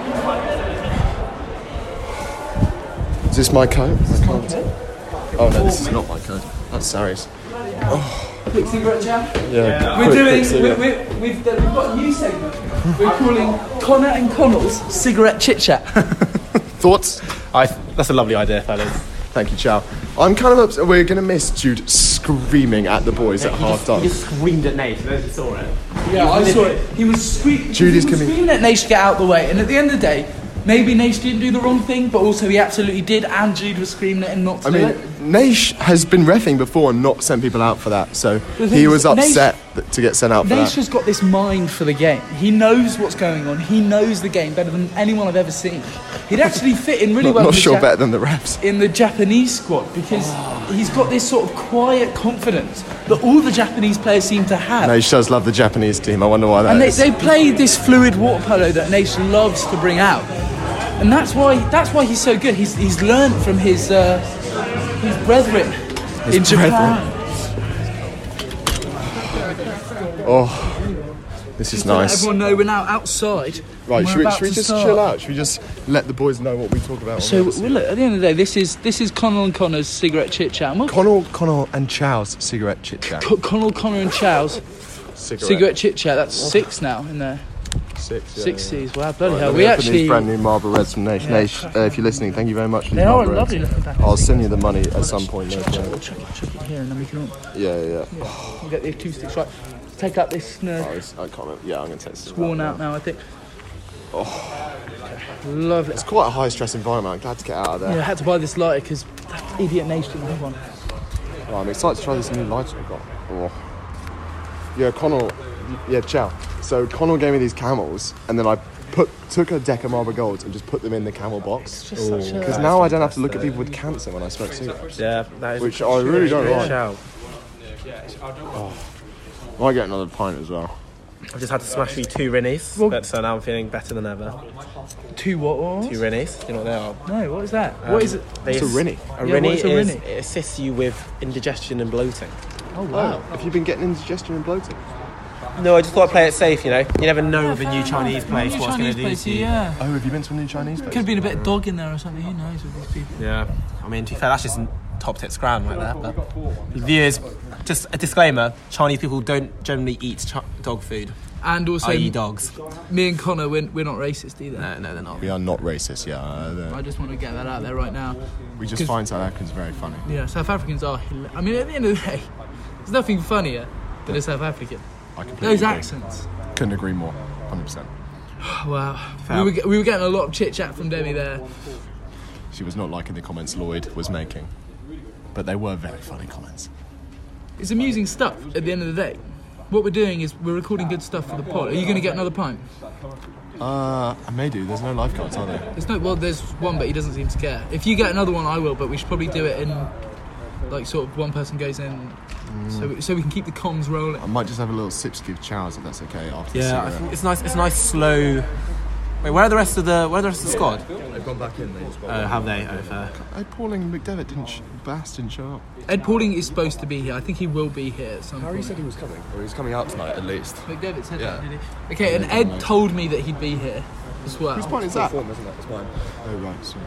A: Is this my coat? I can't. Oh no, this is not my coat. That's Sarri's.
B: Quick cigarette jam.
A: Yeah.
B: We're doing. We're, we're, we've, done- we've got a new segment. We're calling Connor and Connell's cigarette chit chat.
A: Thoughts?
G: I, that's a lovely idea, fellas.
A: Thank you, Chow. I'm kind of upset. We're gonna miss Jude screaming at the boys at half time.
G: screamed at Nate. Those who saw it.
B: Yeah, I saw it. He was squeaking.
A: Judy's
B: he was
A: coming.
B: screaming at Nate to get out of the way, and at the end of the day. Maybe Nate didn't do the wrong thing, but also he absolutely did, and Jude was screaming at him not to
A: I
B: do
A: mean,
B: it.
A: Naish has been refing before and not sent people out for that, so
B: thing
A: he
B: is,
A: was
B: Naish-
A: upset th- to get sent out for
B: Nash
A: that.
B: has got this mind for the game. He knows what's going on. He knows the game better than anyone I've ever seen. He'd actually fit in really well
A: Not
B: with the
A: sure
B: Jap-
A: better than the refs.
B: in the Japanese squad because he's got this sort of quiet confidence that all the Japanese players seem to have.
A: Naish does love the Japanese team. I wonder why that
B: and they,
A: is.
B: they play this fluid water polo that Nash loves to bring out. And that's why that's why he's so good. He's, he's learned from his uh, his brethren in Japan.
A: this
B: Just
A: is
B: to let
A: nice.
B: Everyone know we're now outside.
A: Right,
B: and
A: should
B: we're
A: we,
B: about
A: should we
B: to
A: just
B: start.
A: chill out? Should we just let the boys know what we talk about? on
B: So
A: this?
B: well, look, at the end of the day, this is this is Connell and Connor's cigarette chit chat. And We'll,
A: Connell, Connell, and Chow's cigarette chit chat.
B: Co- Connell, Connor, and Chow's cigarette chit chat. That's six now in there.
A: Six. yeah,
B: Six
A: yeah.
B: C's. Wow, bloody
A: Right,
B: hell.
A: let me
B: We
A: open these
B: actually
A: brand new Marlboro Reds from Naish. Naish, uh, if you're listening, thank you very much for
B: they
A: these
B: are a
A: Marlboro
B: lovely
A: Reds.
B: looking package.
A: I'll send you the money at some point. no doubt.
B: We'll chuck it, chuck it here, and then we can all-
A: Yeah, yeah. yeah.
B: we'll get the acoustics right. Take out this
A: Oh,
B: nerd.
A: it's- I can't remember. Yeah, I'm gonna take this.
B: Worn out now, I think. Oh, lovely.
A: It's quite a high stress environment. I'm glad to get out of there.
B: Yeah, I had to buy this lighter because idiot nation didn't have one.
A: Oh, I'm excited to try this new light I've got. Oh. Yeah, Connell. Yeah, ciao. So Connell gave me these camels, and then I put took a deck of Marlboro Golds and just put them in the camel box.
B: Just such a.
A: Because now I don't have to look at people with cancer when I smoke cigarettes,
H: Yeah, that is
A: which I really don't
H: Great
A: like.
H: shout.
A: I get another pint as well.
G: I've just had to smash through two Rinnies, but so now I'm feeling better than ever.
B: Two what? what?
G: Two Um, Rinnies, do you know what they are?
B: No, what is that? what is it?
G: They
A: It's a
G: ass-
A: Rinnie.
G: A
B: Yeah,
G: Rinnie
B: what's a
G: is,
B: Rinnie?
G: it assists you with indigestion and bloating.
B: Oh, wow.
A: Have you been getting indigestion and bloating?
G: No, I just thought I'd play it safe, you know? You never know with a new Chinese place what's going
B: Chinese
G: to do
B: place,
G: to you.
B: yeah.
A: Oh, have you been to a new Chinese
B: Could have been a bit of dog in there or something. Who knows with these people?
G: Yeah. I mean, to be fair, that's just top tip scram right there. But viewers, just a disclaimer Chinese people don't generally eat chi- dog food,
B: And also,
G: i.e., dogs.
B: me and Connor, we're, we're not racist either.
G: No, no, they're not.
A: We are not racist, yeah. Uh,
B: I just want to get that out there right now.
A: we just find South Africans very funny.
B: Yeah, South Africans are. Hila- I mean, at the end of the day, there's nothing funnier than a South African.
A: I completely
B: Those accents. Oh,
A: Couldn't agree more. 100%.
B: Wow. We were, ge- we were getting a lot of chit chat from Demi there.
A: She was not liking the comments Lloyd was making, but they were very funny comments.
B: It's amusing stuff at the end of the day. What we're doing is we're recording good stuff for the pod. Are you going to get another pint?
A: Uh, I may do. There's no lifeguards, are there?
B: There's no. Well, there's one, but he doesn't seem to care. If you get another one, I will. But we should probably do it in, like, sort of one person goes in, so we, so we can keep the comms rolling.
A: I might just have a little sip to give Charles if that's okay after
G: Yeah, I
A: the
G: think
A: cigarette.
G: it's nice. It's nice slow. Wait, where are the rest of the where are the rest of the squad?
I: They've gone back in. They just got
G: Oh, have they? Oh, fair.
A: Hey, Pauling Uh, McDevitt didn't sh- Bass didn't show up.
B: Ed Pauling is supposed to be here. I think he will be here at some point.
A: he was coming, or he was coming out tonight at least.
B: McDevitt said
A: Yeah.
B: that, did he? Okay, and Ed told me that he'd be here as well.
A: Whose point is that? Oh
I: form, isn't it? It's mine.
A: right, sorry.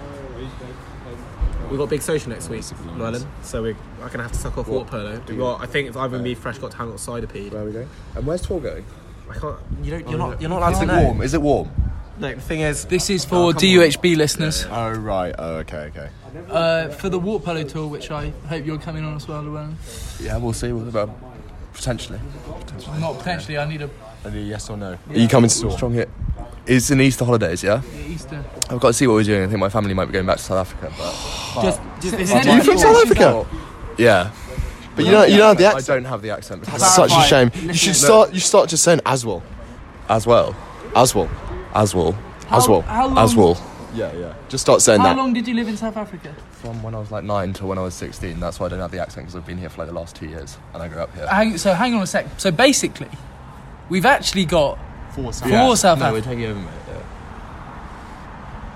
G: We've got a big social next week, Llewellyn. So we're I'm gonna have to suck off water polo. We got. I think it's either me, Fresh Got Tan, or Ciderpede.
I: There we go. And where's Tor going?
G: I can't. You don't. You're not. You're not allowed to
A: Is it
G: know.
A: warm? Is it warm?
H: Look, the thing is,
B: This is for DUHB listeners.
A: Oh right. Oh okay. Okay.
B: Uh, for the Walk Polo Tour, which I hope you're coming on as well, Llewellyn.
I: Yeah, we'll see. What about potentially?
B: Not potentially, I need a
I: yes or no.
A: Are you coming to Strong?
I: Strong hit. It's in Easter holidays, yeah.
B: Easter.
I: I've got to see what we're doing. I think my family might be going back to South Africa, but
A: Are you from South Africa?
I: yeah.
A: But you don't. You don't have the accent.
I: I don't have the accent because
A: That's such a shame. You should start. You start just saying Aswell.
I: as well,
A: Aswell.
I: as well,
A: As well.
B: how long-
A: As well.
I: Yeah, yeah.
A: Just start saying
B: How
A: that.
B: long did you live in South Africa?
I: From when I was like nine to when I was sixteen. That's why I don't have the accent because I've been here for like the last two years and I grew up here.
B: Hang, so hang on a sec. So basically, we've actually got four
A: Four
B: South
I: no, we're
B: Africa.
I: taking over, mate.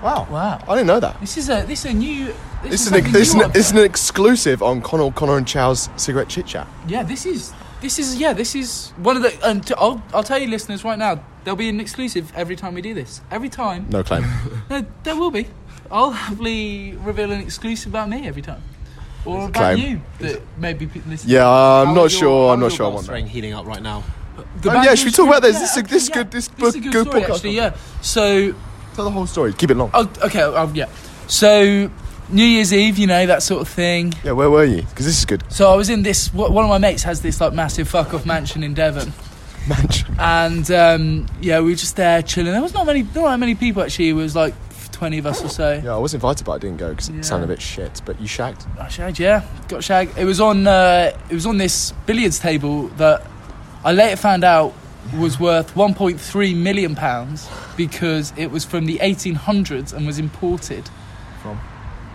A: Wow.
B: Wow.
A: I didn't know that.
B: This is a this is a new. This,
A: This
B: is
A: is an,
B: something
A: this, is
B: new
A: an,
B: up
A: this is
B: there.
A: an exclusive on Connell, Connor and Chow's cigarette chit chat.
B: Yeah, this is this is yeah this is one of the. And to, I'll I'll tell you, listeners, right now, there'll be an exclusive every time we do this. Every time,
A: No claim.
B: no, there will be. I'll happily reveal an exclusive about me every time, or about
A: claim.
B: you that maybe people listen.
A: yeah, I'm
G: How
A: not
G: is your-
A: sure.
G: how
A: I'm
G: is
A: not
G: your
A: sure. I want
G: golf
A: that.
G: swing healing up right now.
B: The
A: Oh,
B: bad
A: yeah,
B: news
A: should we talk about this?
B: yeah,
A: This is a-
B: okay,
A: this is
B: yeah.
A: good- this
B: is a
A: book-
B: good,
A: good
B: story,
A: podcast.
B: actually. Yeah. So
A: Tell the whole story. Keep it long.
B: Oh, okay, um, yeah. So, New Year's Eve, you know, that sort of thing.
A: Yeah, where were you? Because this is good.
B: So, I was in this, wh- one of my mates has this, like, massive fuck off mansion in Devon.
A: Mansion.
B: And, um, yeah, we were just there chilling. There was not many, not that many people, actually. It was like 20 of us or so.
A: Yeah, I was invited, but I didn't go because
B: Yeah.
A: it sounded a bit shit. But you shagged.
B: I shagged, yeah. Got shagged. It was on, uh, it was on this billiards table that I later found out was worth 1.3 million pounds because it was from the 1800s and was imported
A: From?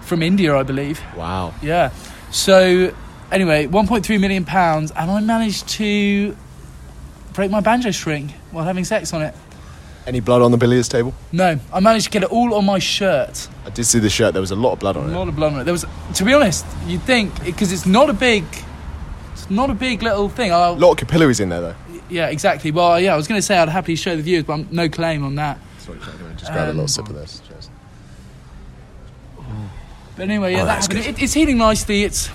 B: from India, I believe.
A: Wow.
B: Yeah. So anyway, 1.3 million pounds, and I managed to break my banjo string while having sex on it.
A: Any blood on the billiards table?
B: No, I managed to get it all on my shirt.
A: I did see the shirt. There was a lot of blood
B: A
A: on it.
B: lot of blood on it. There was, to be honest, you'd think because it's not a big, it's not a big little thing.
A: A
B: I'll,
A: lot of capillaries in there, though.
B: yeah, exactly. Well, yeah, I was going to say I'd happily show the viewers, but I'm no claim on that.
A: Sorry, Jack, I'm gonna just grab a little sip of this. Cheers.
B: But anyway, yeah,
A: Oh,
B: that
A: that's
B: happened. It, it's healing nicely. It's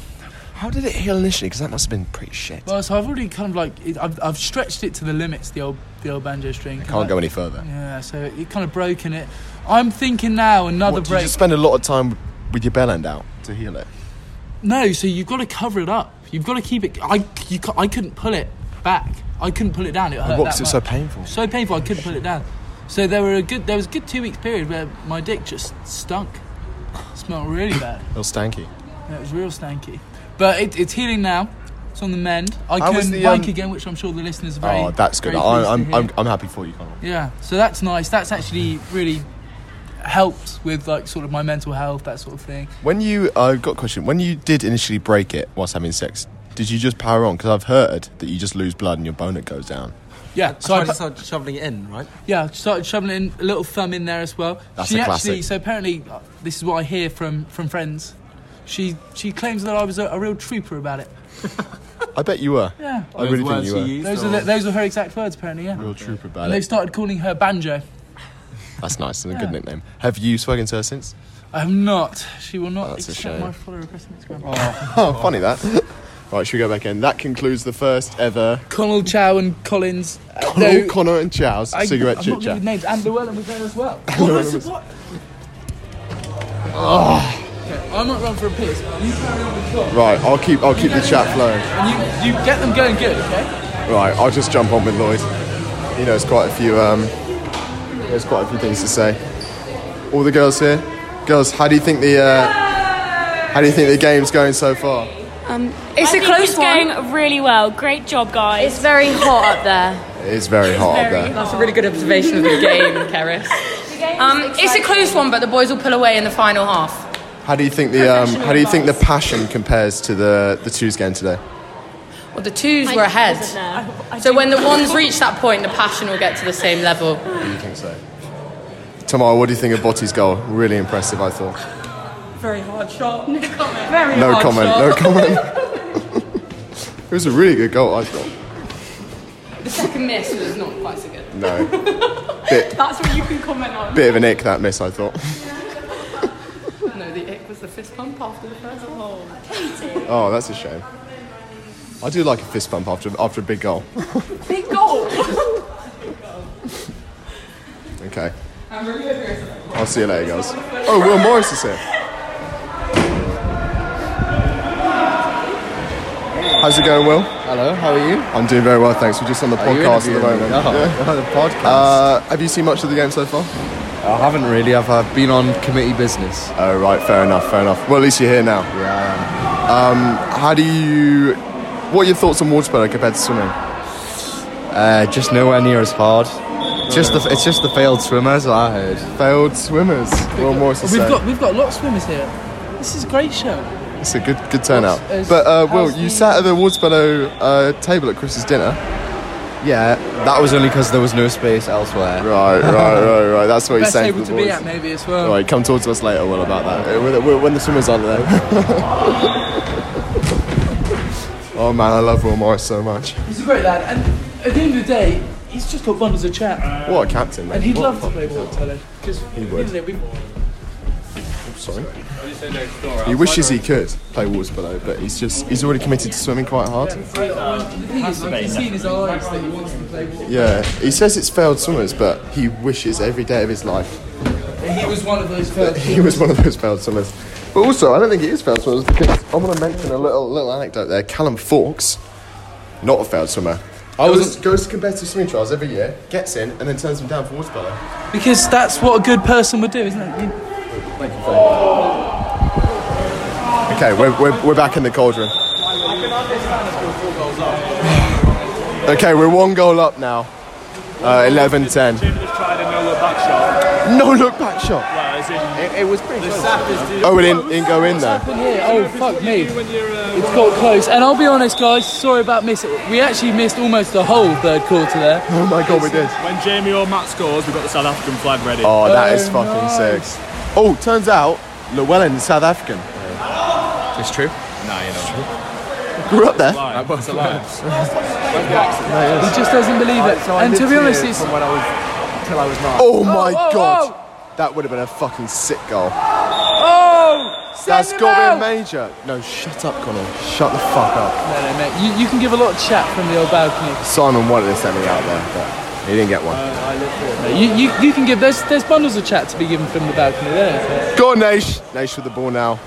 A: How did it heal initially? Because that must have been pretty shit.
B: well, so I've already kind of like it, I've, I've stretched it to the limits. The old the old banjo string.
A: Can't go any further.
B: Yeah, so it kind of broken it. I'm thinking now another
A: What, do you
B: break.
A: just spend a lot of time with your bell end out to heal it?
B: No, so you've got to cover it up. You've got to keep it. I you, ca- I couldn't pull it back. I couldn't pull it down. It hurt
A: What
B: that
A: was it
B: much.
A: so painful?
B: So painful. I couldn't pull it down. So there were a good. There was a good two weeks period where my dick just stunk. smelled really bad.
A: It was stanky.
B: It was real stanky. But it, it's healing now. It's on the mend. I
A: How was
B: can
A: the,
B: wank
A: um,
B: again, which I'm sure the listeners are very.
A: oh, that's good.
B: very
A: I,
B: pleased to
A: I'm,
B: hear.
A: I'm, I'm happy for you, Connor.
B: Yeah, so that's nice. That's actually really helped with like sort of my mental health, that sort of thing.
A: When you, I got a question. When you did initially break it whilst having sex, did you just power on? Because I've heard that you just lose blood and your boner goes down.
B: Yeah, so
G: So I
B: I,
G: just started shoveling it in, right?
B: yeah I started shoveling in a little thumb in there as well.
A: That's
B: she
A: a
B: actually,
A: classic.
B: so apparently, uh, this is what I hear from from friends. She she claims that I was a, a real trooper about it.
A: I bet you were.
B: Yeah,
A: I really think you were.
B: those are the, those are her exact words apparently. Yeah,
A: Real trooper about
B: and they've
A: it.
B: started calling her banjo.
A: That's nice and a
B: Yeah.
A: good nickname. Have you spoken to her since?
B: I have not. She will not
A: Oh, That's a
B: accept
A: shame.
B: my follow request on Instagram.
A: Oh, funny that. right, should we go back in? That concludes the first ever
B: Connell Chow and Collins. uh,
A: Connell,
B: though-
A: Connor and Chow's
B: I-
A: cigarette
B: I'm
A: chit
B: not giving
A: chat.
B: names. And Llewellyn was there as well. What was the- what?
A: Oh.
B: Okay, I might run for a piss. You carry on with Tom.
A: Right, I'll keep I'll keep the chat flowing.
B: And you, you get them going good, okay?
A: Right, I'll just jump on with Lloyd. He knows quite a few. Um, there's quite a few things to say. All the girls here, girls, how do you think the uh, how do you think the game's going so far?
J: It's a close
K: it's
J: one.
K: going really well. Great job, guys.
E: It's very hot up there.
A: It's very hot up there.
J: That's a really good observation of the game, Keris. Um, it's a close one, but the boys will pull away in the final half.
A: How do you think the um, how do you think the passion compares to the the twos game today?
J: Well, the twos were ahead. So when the ones reach that point, the passion will get to the same level.
A: Do you think so? Tomorrow, what do you think of Botti's goal? Really impressive, I thought.
J: Very hard shot. No comment. Very
A: No
J: hard
A: comment.
J: shot.
A: No comment. it was a really good goal, I thought.
J: The second miss was not quite so good.
A: No, bit
J: That's what you can comment on.
A: bit of an ick that miss, I thought.
J: No, the ick was the fist pump after the first hole.
A: Oh, that's a shame. I do like a fist bump after after a big goal.
J: Big goal.
A: Okay.
J: Um,
A: I'll see you later, guys. Oh, Will Morris is here. How's it going, Will?
I: Hello, how are you?
A: I'm doing very well, thanks. We're just on the
I: Are you
A: podcast at the
I: interviewing me?
A: moment.
I: Oh,
A: Yeah.
I: oh, the podcast.
A: Uh, have you seen much of the game so far?
I: I haven't really. I've uh, been on committee business.
A: Oh, right, fair enough, fair enough. Well, at least you're here now.
I: Yeah.
A: Um, how do you. What are your thoughts on water polo compared to swimming?
I: Uh, just nowhere near as hard. Just the, it's just the failed swimmers I heard.
A: Failed swimmers. Will Morris is
B: We've
A: saying.
B: got we've got lots of swimmers here. This is a great show.
A: It's a good good turnout.
B: What's- is-
A: But uh, Will,
B: how's
A: you
B: the-
A: sat at the water polo uh, table at Chris's dinner.
I: Yeah, that was only because there was no space elsewhere.
A: Right, right, right, right. That's what he's
B: Best
A: saying.
B: able
A: for
B: to
A: the
B: be
A: boys.
B: at maybe as well.
A: Right, come talk to us later, Will, about that. Uh, When the, when the swimmers aren't there. oh man, I love Will Morris so much.
B: He's a great lad, and at the end of the day, he's just got bundles of chat,
A: What a captain,
B: and
A: mate.
B: he'd love to play water polo because he
A: would.
B: Know, we,
A: Sorry. He wishes he could play water polo, but he's just he's already committed to swimming quite hard.
B: the thing is, you can see in his eyes that he wants to play water.
A: Yeah, he says it's failed swimmers, but he wishes every day of his life
B: He was one of those first.
A: he was one of those failed swimmers. But also, I don't think he is failed swimmers because I want to mention a little little anecdote there. Callum Fawkes, not a failed swimmer. I was goes to competitive swimming trials every year, gets in, and then turns them down for water polo.
B: Because that's what a good person would do, isn't it? You-
A: Okay, we're, we're, we're back in the cauldron. Okay, we're one goal up now. Uh, 11 10. No look back shot.
G: It, it was pretty
A: Oh, it didn't, didn't go in though.
B: But here, oh fuck me, it's got close. And I'll be honest, guys, sorry about missing. We actually missed almost the whole third quarter there.
A: Oh my god, we did.
D: When Jamie or Matt scores, we've got the South African flag ready.
A: Oh, that is
B: Oh,
A: fucking
B: nice.
A: sick. Oh, turns out Llewellyn's South African.
I: It's true.
A: Grew up there.
I: That was a lie.
B: He just doesn't believe it. and to be honest, it's
I: when I was till I was nine.
A: Oh my
B: oh,
A: god. That would have been a fucking sick goal.
B: oh,
A: That's
B: him
A: got to
B: out!
A: be a major. No, shut up, Connor. Shut the fuck up.
B: No, no, mate. You, you can give a lot of chat from the old balcony.
A: Simon wanted to send me out there, but he didn't get one.
B: Uh, You, you, you can give there's there's bundles of chat to be given from the balcony there.
A: Go on, Naish. Naish with the ball now.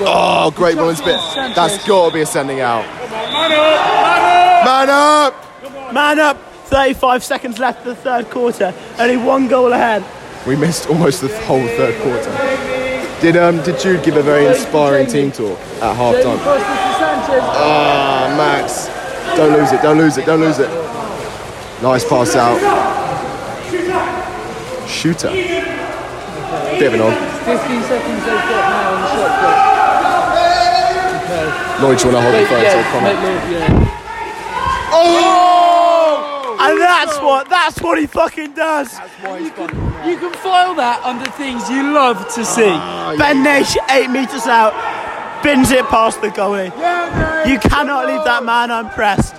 A: Oh, great ball in spit.
B: Sanchez.
A: That's got to be a sending out. Man up!
C: Man up. 35 seconds left of the third quarter. Only one goal ahead.
A: We missed almost the whole third quarter. Did um did Jude give a very inspiring team talk at half time? Ah, Max. Don't lose it, don't lose it, don't lose it. Nice pass out. Shooter. Bit of an on.
B: 15 seconds they've got now on the shot clock.
A: Lloyd, do you want to hold the
B: But
A: phone
B: yeah,
A: to a comment?
B: mate, look, yeah.
C: And that's what that's what he fucking does.
B: You can file that under things you love to see.
A: Oh,
C: Ben Nash, eight metres out, bins it past the goalie. you cannot leave that man unpressed.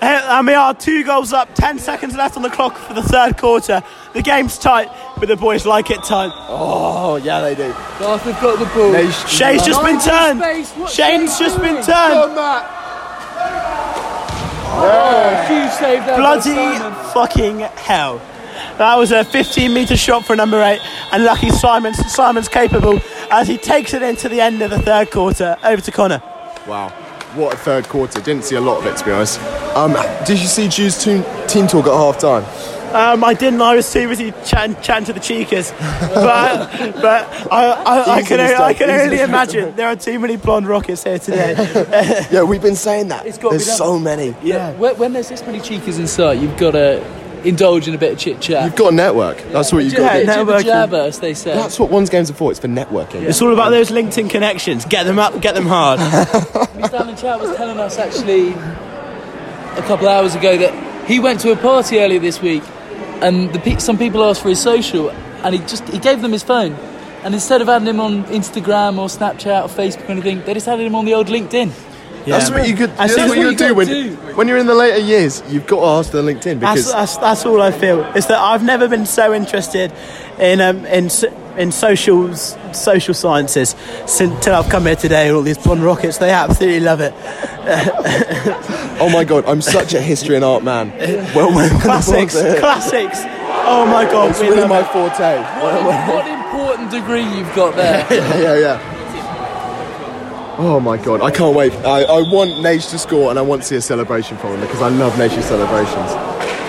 C: Eh, And we are two goals up, ten seconds left on the clock for the third quarter. The game's tight, but the boys like it tight.
A: Oh, yeah, they do.
B: Garth have got the ball.
C: Shay's just been turned. Shane's just been turned.
B: Huge save there. by
C: Bloody
B: Simon.
C: fucking hell. That was a 15 metre shot for number eight, and lucky Simon's, Simon's capable as he takes it into the end of the third quarter. Over to Connor.
A: Wow. What a third quarter. Didn't see a lot of it, to be honest. Um, did you see Jude's team, team talk at half time?
C: Um, I didn't. I was too busy chatting, chatting to the cheekers, but but I, I, I
A: Easy
C: can only, I
A: mistake,
C: can
A: easy
C: only
A: mistake.
C: imagine there are too many blonde rockets here today.
A: Yeah, we've been saying that.
B: It's gotta be
A: There's
B: done.
A: so many.
B: When, when there's this many cheekers in sight, you've got to indulge in a bit of chit chat.
A: You've got a network. That's what you've got to
C: Yeah,
A: do.
C: no.
B: Jibber
C: networking.
B: jabber, as they say.
A: That's what one's games are for. It's for networking.
C: It's all about those LinkedIn connections. Get them up. Get them hard.
B: Miss Alan Chow was telling us actually a couple hours ago that he went to a party earlier this week, and the pe- some people asked for his social, and he just he gave them his phone, and instead of adding him on Instagram or Snapchat or Facebook or anything, they just added him on the old LinkedIn.
A: That's what you could.
C: I
A: That's
C: see.
A: what you
B: That's
A: do
B: what
A: when,
B: you gotta
A: when you're in the later years. You've got to ask the LinkedIn
C: That's,
A: because
C: that's, that's all I feel. Is that I've never been so interested in um, in so- in social social sciences since till I've come here today. All these blonde rockets, they absolutely love it.
A: oh my god, I'm such a history and art man. well, when, when the
C: Classics,
A: blogs are-
C: classics. Oh my god,
A: it's
C: we
A: really
C: love
A: my
C: it.
A: forte.
B: What important degree you've got there.
A: yeah, yeah, yeah. Oh my god, I can't wait. I, I want Nage to score and I want to see a celebration from him because I love Nage's celebrations.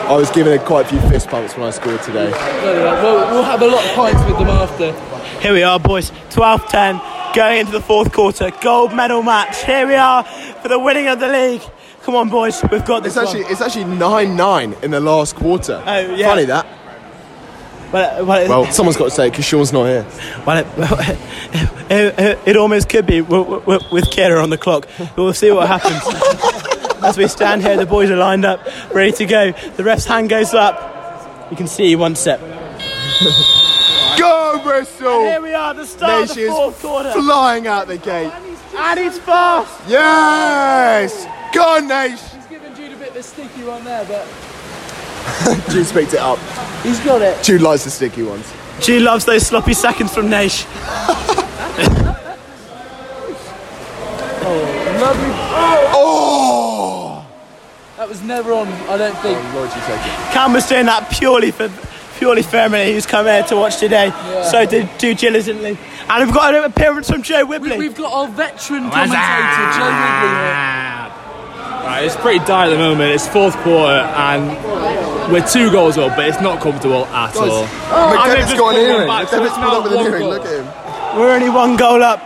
A: I was giving it quite a few fist bumps when I scored today.
B: Well, we'll have a lot of pints with them after.
C: Here we are, boys. 12 10, going into the fourth quarter. Gold medal match. Here we are for the winning of the league. Come on, boys. We've got this.
A: It's actually
C: one.
A: it's actually nine nine in the last quarter.
C: Oh, yeah.
A: Funny that.
C: Well, well, it-
A: Well, someone's got to say it because Sean's not here.
C: well, it, well, it, it- it almost could be w- w- w- with Kira on the clock. But we'll see what happens. As we stand here, the boys are lined up, ready to go. The ref's hand goes up. You can see one step.
A: Go Bristol!
C: Here we are, the start of the
A: Nage is
C: fourth quarter.
A: Flying out the gate.
C: And it's fast.
A: Yes! Go Nage!
B: He's given Jude a bit of a sticky one there, but
A: Jude picked it up.
B: he's got it.
A: Jude likes the sticky ones.
C: G loves those sloppy seconds from Nash.
A: Oh!
B: That was never on, I don't think.
A: Lord, you take it.
C: Cam was doing that purely for purely for Emily, who's come here to watch today. So did do diligently. And we've got an appearance from Joe Whibley.
B: We've got our veteran commentator, Joe Wigley here.
G: Ah,
D: Right, Uh, it's pretty tight at the moment. It's fourth quarter and we're two goals up, but it's not comfortable at all.
A: McDevitt's
D: just
A: Oh. got an
D: pulled
A: earring.
D: back, so
A: McDevitt's
D: it's
A: pulled
D: now
A: up with an
D: one
A: earring.
D: goal.
A: Look at him.
C: We're only one goal up.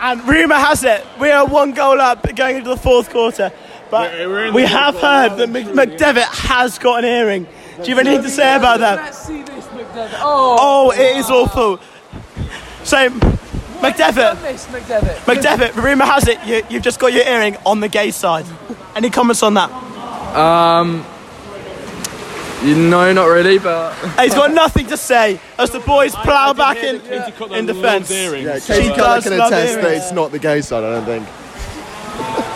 C: And rumour has it, we are one goal up going into the fourth quarter. But
D: We're- we're in
C: we
D: the
C: have
D: fourth quarter.
C: heard that Mc- McDevitt has got an earring. Do you have anything to say about that?
B: Let's see this, McDevitt. Oh,
C: Oh, it is awful. So, McDevitt,
B: this, McDevitt.
C: McDevitt, rumour has it, you, you've just got your earring on the gay side. Any comments on that?
I: No, not really, but
C: He's got nothing to say as the boys plough back in, in defence.
A: Yeah,
C: She
A: Katie Keller
C: does
A: can
C: love
A: attest that
C: earrings.
A: it's not the gay side, I don't think.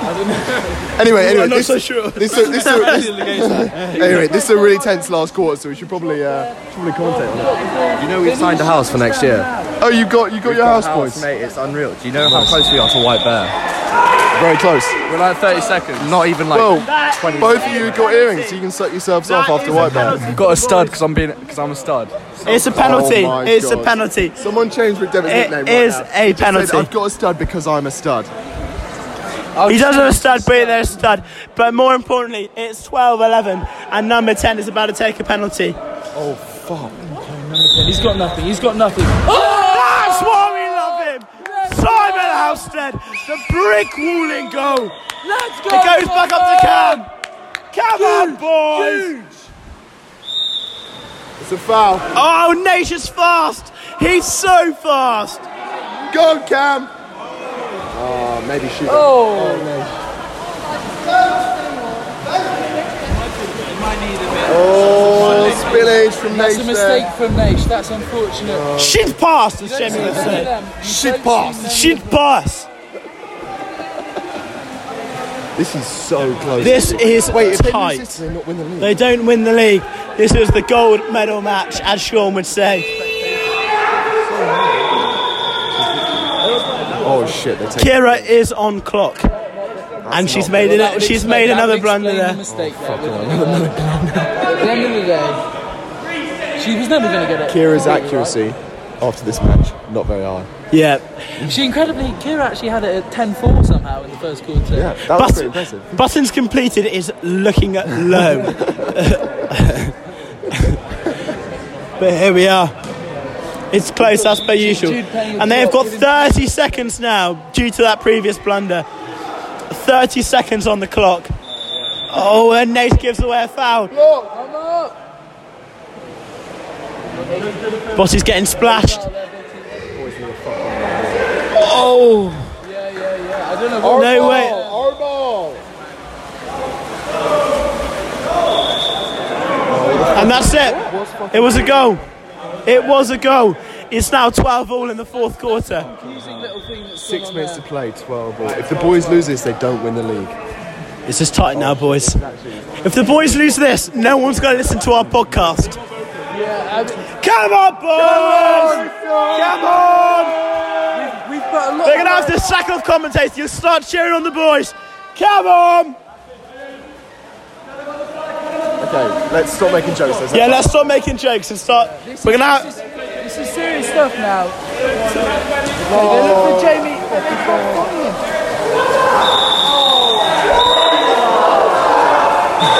A: anyway, anyway,
C: not
A: this,
C: so sure.
A: this, this, this, anyway, this is a really tense last quarter, so we should probably uh, should probably commentate on it.
I: you know we've signed a house for next year.
A: Oh, you got you got your house points.
I: mate. It's unreal. Do you know how close we are to White Bear?
A: Very close.
I: We're like 30 seconds. Not even like.
A: Well,
C: That
A: both of you got earrings, so you can suck yourselves off
C: That
A: after
C: is
A: white
C: a
A: man.
C: penalty.
I: got a stud because I'm being because I'm a stud.
C: It's a penalty.
A: Oh my
C: it's a
A: God.
C: penalty.
A: Someone change McDevitt's
C: It
A: nickname.
C: is
A: right now.
C: a
A: He just said,
C: penalty.
A: I've got a stud because I'm a stud.
C: He does have a stud, but they're a stud. But more importantly, it's 12 11, and number 10 is about to take a penalty.
B: Oh! He's got nothing. He's got nothing.
C: That's why we love him! Simon Halstead, the brick wall in goal.
B: Let's go.
C: It goes back up to
B: Cam.
C: Cam. Come on, boys!
A: It's a foul.
C: Oh, Nature's fast! He's so fast!
A: Go, Cam. Oh, maybe shoot.
B: Oh.
A: Oh, spillage from
B: That's a
A: Nation.
B: mistake from Nate. That's unfortunate.
C: Shit pass, as Jamie would say.
B: Oh, Shit
A: pass.
C: Shit pass!
A: This is so close.
C: This is
A: Wait, if they lose this,
C: tight.
A: do they not win the league.
C: They don't win the league. This is the gold medal match, as Sean would say.
A: Oh shit, they take.
C: Kira is on clock. And she's made
B: That
C: it.
B: would
C: She's
B: explain-
C: made
B: that would
C: another
B: explain
C: blunder
B: the
C: there.
B: Mistake there, wouldn't it? At the end of the day, she was never going to get it.
A: Kira's accuracy after this match not very high.
C: Yeah.
B: She incredibly, Kira actually had it at 10-4 somehow in the first quarter.
A: Yeah, that was pretty impressive.
C: But, buttons completed is looking at low. but here we are. It's close as per usual.
B: Jude playing
C: And they have got
B: with-
C: 30 seconds now due to that previous blunder. 30 seconds on the clock. Oh, and Nate gives away a foul. Boss is getting splashed. Oh,
B: I don't know. what-
C: no way.
A: Our ball.
C: And that's it. It was a goal. It was a goal. It's now 12 all in the fourth quarter.
A: Six minutes to play, 12 all. If the boys lose this, they don't win the league.
C: It's just tight now, boys. If the boys lose this, no one's going to listen to our podcast. Come on, boys! Come on!
B: We've got a lot
C: They're
B: of
C: going to have to sack off commentators. You start cheering on the boys. Come on!
A: I Okay, let's stop making jokes. There's
C: Yeah, let's stop making jokes and start. We're gonna have.
B: This is serious stuff now.
C: Oh.
B: Look for Jamie. Oh,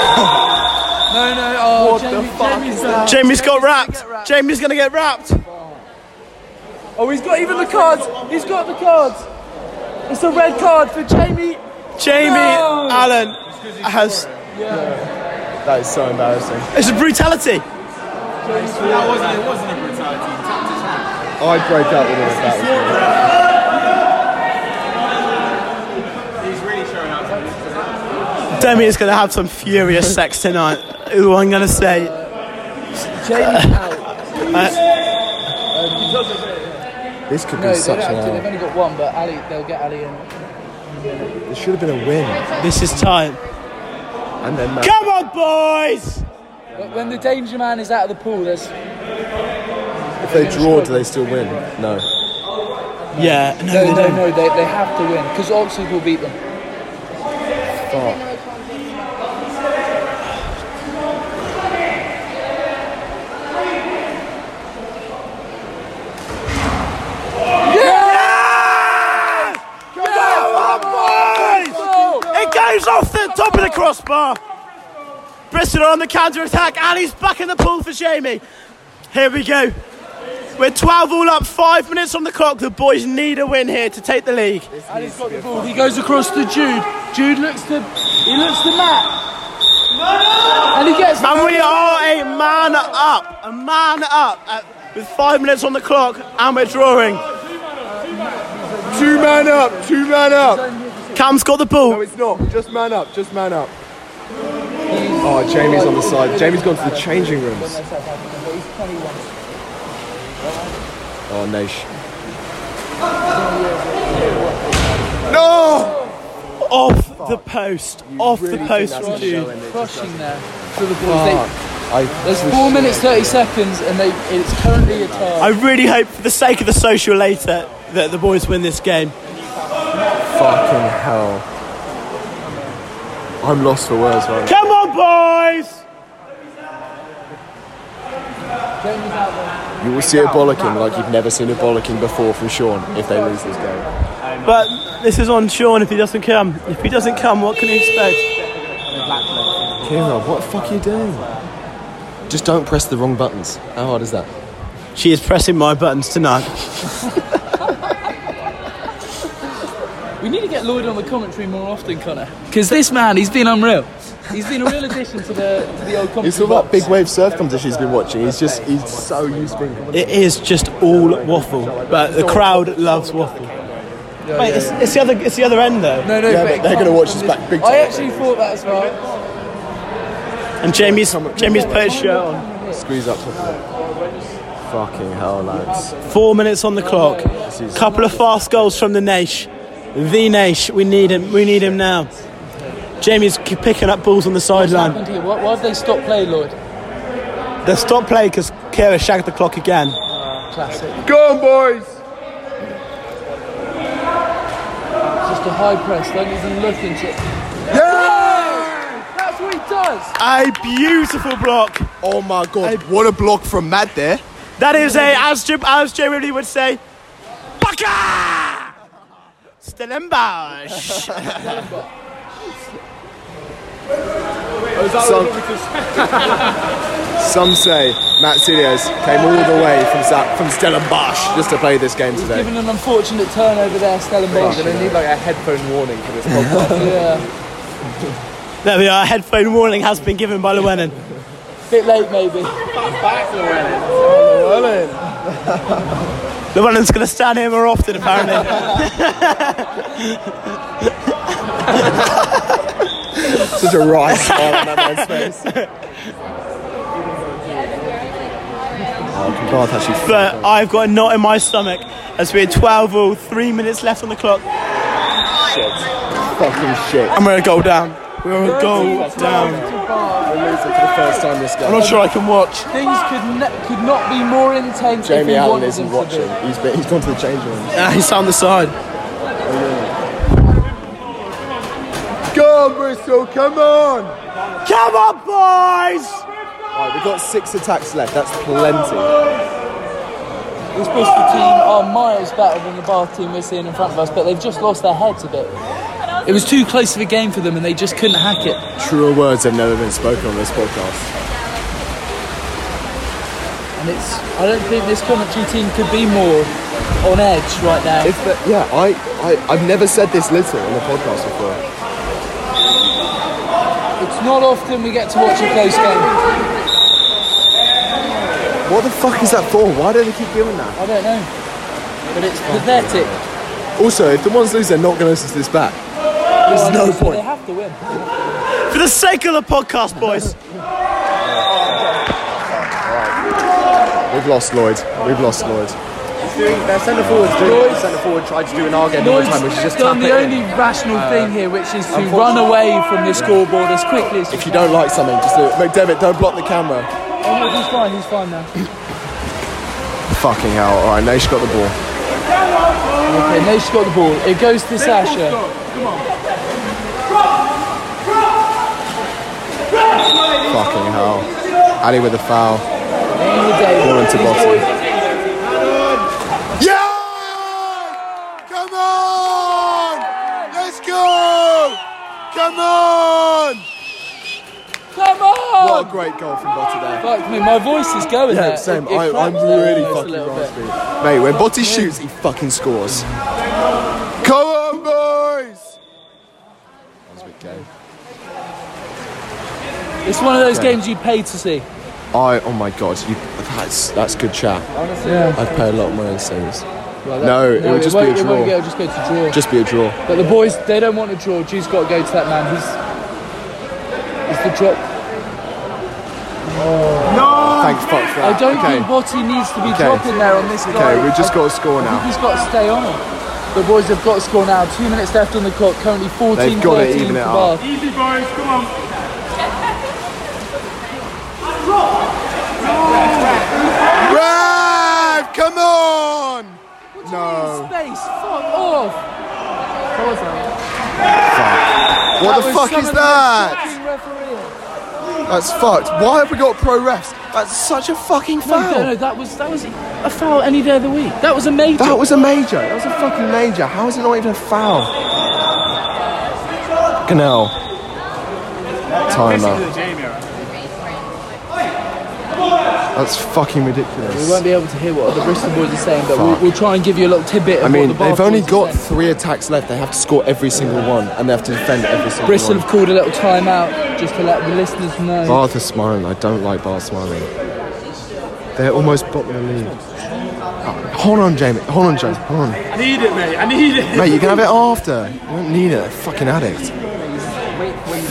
B: No, no, oh, Jamie, Jamie's down.
C: Jamie's got wrapped. Jamie's gonna get wrapped.
B: Oh, he's got even the cards. He's got the cards. It's a red card for Jamie.
C: Jamie
B: No.
C: Allen has.
A: That is so embarrassing.
C: It's a brutality.
H: That wasn't, it wasn't a brutality.
A: I'd break up with him if that was me.
H: He's really showing out.
C: Demi is gonna have some furious sex tonight. Ooh, I'm gonna say. Uh,
B: Jamie out.
A: This could be
B: no,
A: such
B: they don't
A: an
B: have to. They've
A: hour.
B: only got one, but Ali, they'll get Ali in.
A: There should have been a win.
C: This is time.
A: And then that.
C: Come on, boys!
B: But when the danger man is out of the pool, there's
A: If they draw, do they still win? No.
C: Yeah, no,
B: no, no,
C: they don't.
B: no, they, they have to win because Oxford will beat them.
A: Fuck.
C: Come on, boys! It goes off the top of the crossbar. Bristol are on the counter attack. Ali's back in the pool for Jamie. Here we go. We're 12 all up, five minutes on the clock. The boys need a win here to take the league.
B: Ali's got the ball. He goes across to Jude. Jude looks to he looks to Matt. And he gets.
C: And we are a man up, a man up uh, with five minutes on the clock, and we're drawing.
A: Two man up. Two man up.
C: Cam's got the
A: No,
C: ball.
A: it's not. Just man up. Just man up. Oh, Jamie's on the side. Jamie's gone to the changing rooms. Oh, Naish. No!
C: Off the post, off
A: really
C: the
A: think
C: post
A: that's
C: from
A: a
C: Jude.
A: show, isn't it?
B: Crushing there for the boys. They,
A: I,
B: there's four minutes thirty seconds, and they it's currently a tie.
C: I really hope, for the sake of the social later, that the boys win this game.
A: Fucking hell. I'm lost for words right now.
C: Come on, boys!
A: You will see a bollocking like you've never seen a bollocking before from Sean if they lose this game.
C: But this is on Sean if he doesn't come. If he doesn't come, what can he expect?
A: Kira, what the fuck are you doing? Just don't press the wrong buttons. How hard is that?
C: She is pressing my buttons tonight.
B: We need to get Lloyd on the commentary more often, Connor, because this man he's been unreal. He's been a real addition to the to the old commentary.
A: It's all that
B: box.
A: big wave surf competition he's been watching. He's just, he's so used to being.
C: It is just all waffle, but the crowd loves waffle. Wait, it's, it's the other it's the other end though,
B: No, no,
A: Yeah,
B: it
A: but they're
B: comes
A: gonna watch
B: from
A: us
B: this-
A: back big
B: I
A: time.
B: actually thought that as well.
C: and Jamie's Jamie's put his shirt on.
A: Squeeze up top of it. Fucking hell, lads.
C: Four minutes on the clock. Couple of fast goals from the Naish. The Naish, we need him. We need him now. Jamie's k- picking up balls on the
B: What's
C: sideline.
B: happened here? Why, why have they stopped play, Lloyd?
C: They stop play because Kira shagged the clock again.
B: Classic.
A: Go on, boys!
B: Just a high press. Don't even look into it. That's what he does.
C: A beautiful block.
A: Oh my god, what a block from Matt there.
C: That is a, as Jim, as Jay Ridley would say, Baka! Stellenbosch.
A: Some, some say Matt Silios came all the way from, Sa- from Stellenbosch just to play this game today.
B: Given an unfortunate turnover there, Stellenbosch.
I: need like a headphone warning for this podcast.
B: yeah.
C: there we are. Headphone warning has been given by Llewellyn.
B: Bit late, maybe.
C: Llewellyn's going to stand here more often, apparently.
A: Such a wry smile on that man's face. Oh, Conrad actually
C: but I've got a knot in my stomach as we're 12 all, three minutes left on the clock,
A: fucking shit.
C: and we're a goal down. We're a goal down.
A: We're losing for the first time this
C: I'm
A: game.
C: not sure I can watch.
B: Things could ne- could not be more intense. if
A: Jamie
B: we
A: Allen
B: wanted
A: isn't
B: them to be.
A: watching. He's, been, he's gone to the change room.
C: Ah, he's down the side.
A: Go on, Bristol, come on!
C: Come Come on, boys!
A: Right, we've got six attacks left. That's plenty.
B: This Bristol team are miles better than the Bath team we're seeing in front of us, but they've just lost their heads a bit. It was too close of a game for them, and they just couldn't hack it.
L: Truer words have never been spoken on this podcast.
B: And it's I don't think this Coventry team could be more on edge right now.
A: If the, yeah, I, I, I've never said this little on the podcast before.
B: It's not often we get to watch a close game.
A: What the fuck is that for? Why do they keep doing that?
B: I don't know. But it's pathetic.
A: Also, if the ones lose, they're not going to listen to this back. There's no point.
B: They have to win.
C: For the sake of the podcast, boys.
A: We've lost Lloyd. We've lost Lloyd.
G: Their centre forwards doing what the centre forward tried to do in our game all the
B: Lloyd's
G: time, which is just
B: done
G: tap
B: the
G: it in. Uh,
B: only rational thing here, which is to run away from the scoreboard as quickly as
A: If you don't like something, just do it. McDevitt, don't block the camera.
B: Oh, no, he's fine. He's fine now.
A: Fucking hell. All right, Naish got the ball.
B: Okay, Nate's got the ball. It goes to Sasha.
A: Fucking hell. Ali with a foul.
B: Any day.
A: Ball into bottom.
M: Come on! Let's go! Come on!
B: Come on!
A: What a great goal from Botti there.
B: Fuck me, my voice is going
A: Yeah,
B: there.
A: same.
B: It- it
A: I- I'm
B: cracked
A: really
B: there almost a
A: fucking
B: little bit.
A: Mate, when Botti shoots, he fucking scores. Come on, boys!
B: It's one of those
A: Okay.
B: games you pay to see.
A: I, oh my god, you, that's, that's good chat.
B: Honestly. Yeah.
A: I'd pay a lot of money to see this. no, it would just be
B: won't-
A: a
B: It won't go,
A: draw.
B: it'll just go to draw.
A: Just be a draw.
B: But the boys, they don't want a draw. Jew's got to go to that man. He's, he's the drop. No!
A: Thank fuck for that.
B: I don't
A: Okay.
B: think Botti needs to be
A: Okay.
B: dropping there on this guy.
A: Okay, we've just got to score
B: I think
A: now.
B: he's got to stay on it. The boys have got to score now. Two minutes left on the clock. Currently 14
A: They've got to
B: 13
A: even it
B: for
A: up.
B: Bath.
D: Easy, boys. Come on.
M: Rav, come on!
A: No.
B: Space, fuck off!
A: What the fuck is that? That's fucked. Why have we got pro refs? That's such a fucking
B: No, no,
A: foul.
B: no, that was that was a foul any day of the week. That was a major.
A: That was a major. That was a fucking major. How is it not even a foul? Canal. Timeout. That's fucking
B: We
A: ridiculous.
B: won't be able to hear what the Bristol boys are saying, but we'll, we'll try and give you a little tidbit. Of
A: I
B: what
A: mean,
B: the Bath
A: they've only
B: boys are
A: got
B: saying.
A: three attacks left. They have to score every single one, and they have to defend every single
B: Bristol
A: one.
B: have called a little timeout just to let the listeners know.
A: Bath are smiling. I don't like Bath smiling. They're almost bottom of the league. Oh, hold on, Jamie. Hold on, James. Hold on.
D: I need it, mate. I need it.
A: Mate, you can have it after. You don't need it. Fucking addict.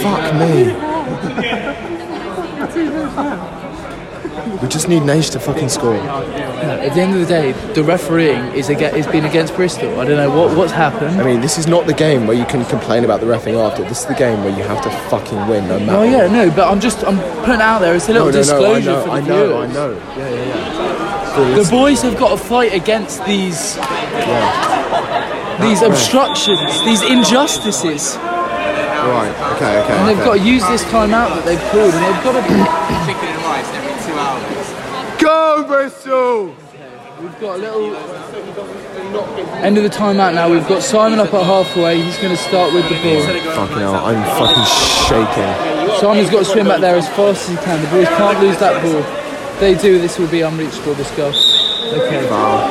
A: Fuck me. We just need Nage to fucking score.
B: At the end of the day, the refereeing is aga has been against Bristol. I don't know what what's happened.
A: I mean, this is not the game where you can complain about the refing after. This is the game where you have to fucking win no matter.
B: Oh yeah, no, but I'm just I'm putting it out there. It's a
A: No,
B: little
A: no, no, I
B: disclosure
A: know,
B: for the
A: I know, I
B: viewers.
A: know. Yeah, yeah, yeah.
B: The boys have got to fight against these these
A: Right.
B: obstructions, these injustices.
A: Right, okay, okay.
B: And they've
A: okay.
B: got to use this timeout that they've called, and they've got to.
N: Chicken and rice every two hours.
M: Go, Bristol!
B: We've got a little. End of the timeout now. We've got Simon up at halfway. He's going to start with the ball.
A: Fucking hell, I'm fucking shaking.
B: Simon's got to swim back there as fast as he can. The boys can't lose that ball. If They do. This will be unreachable. This goal. Okay.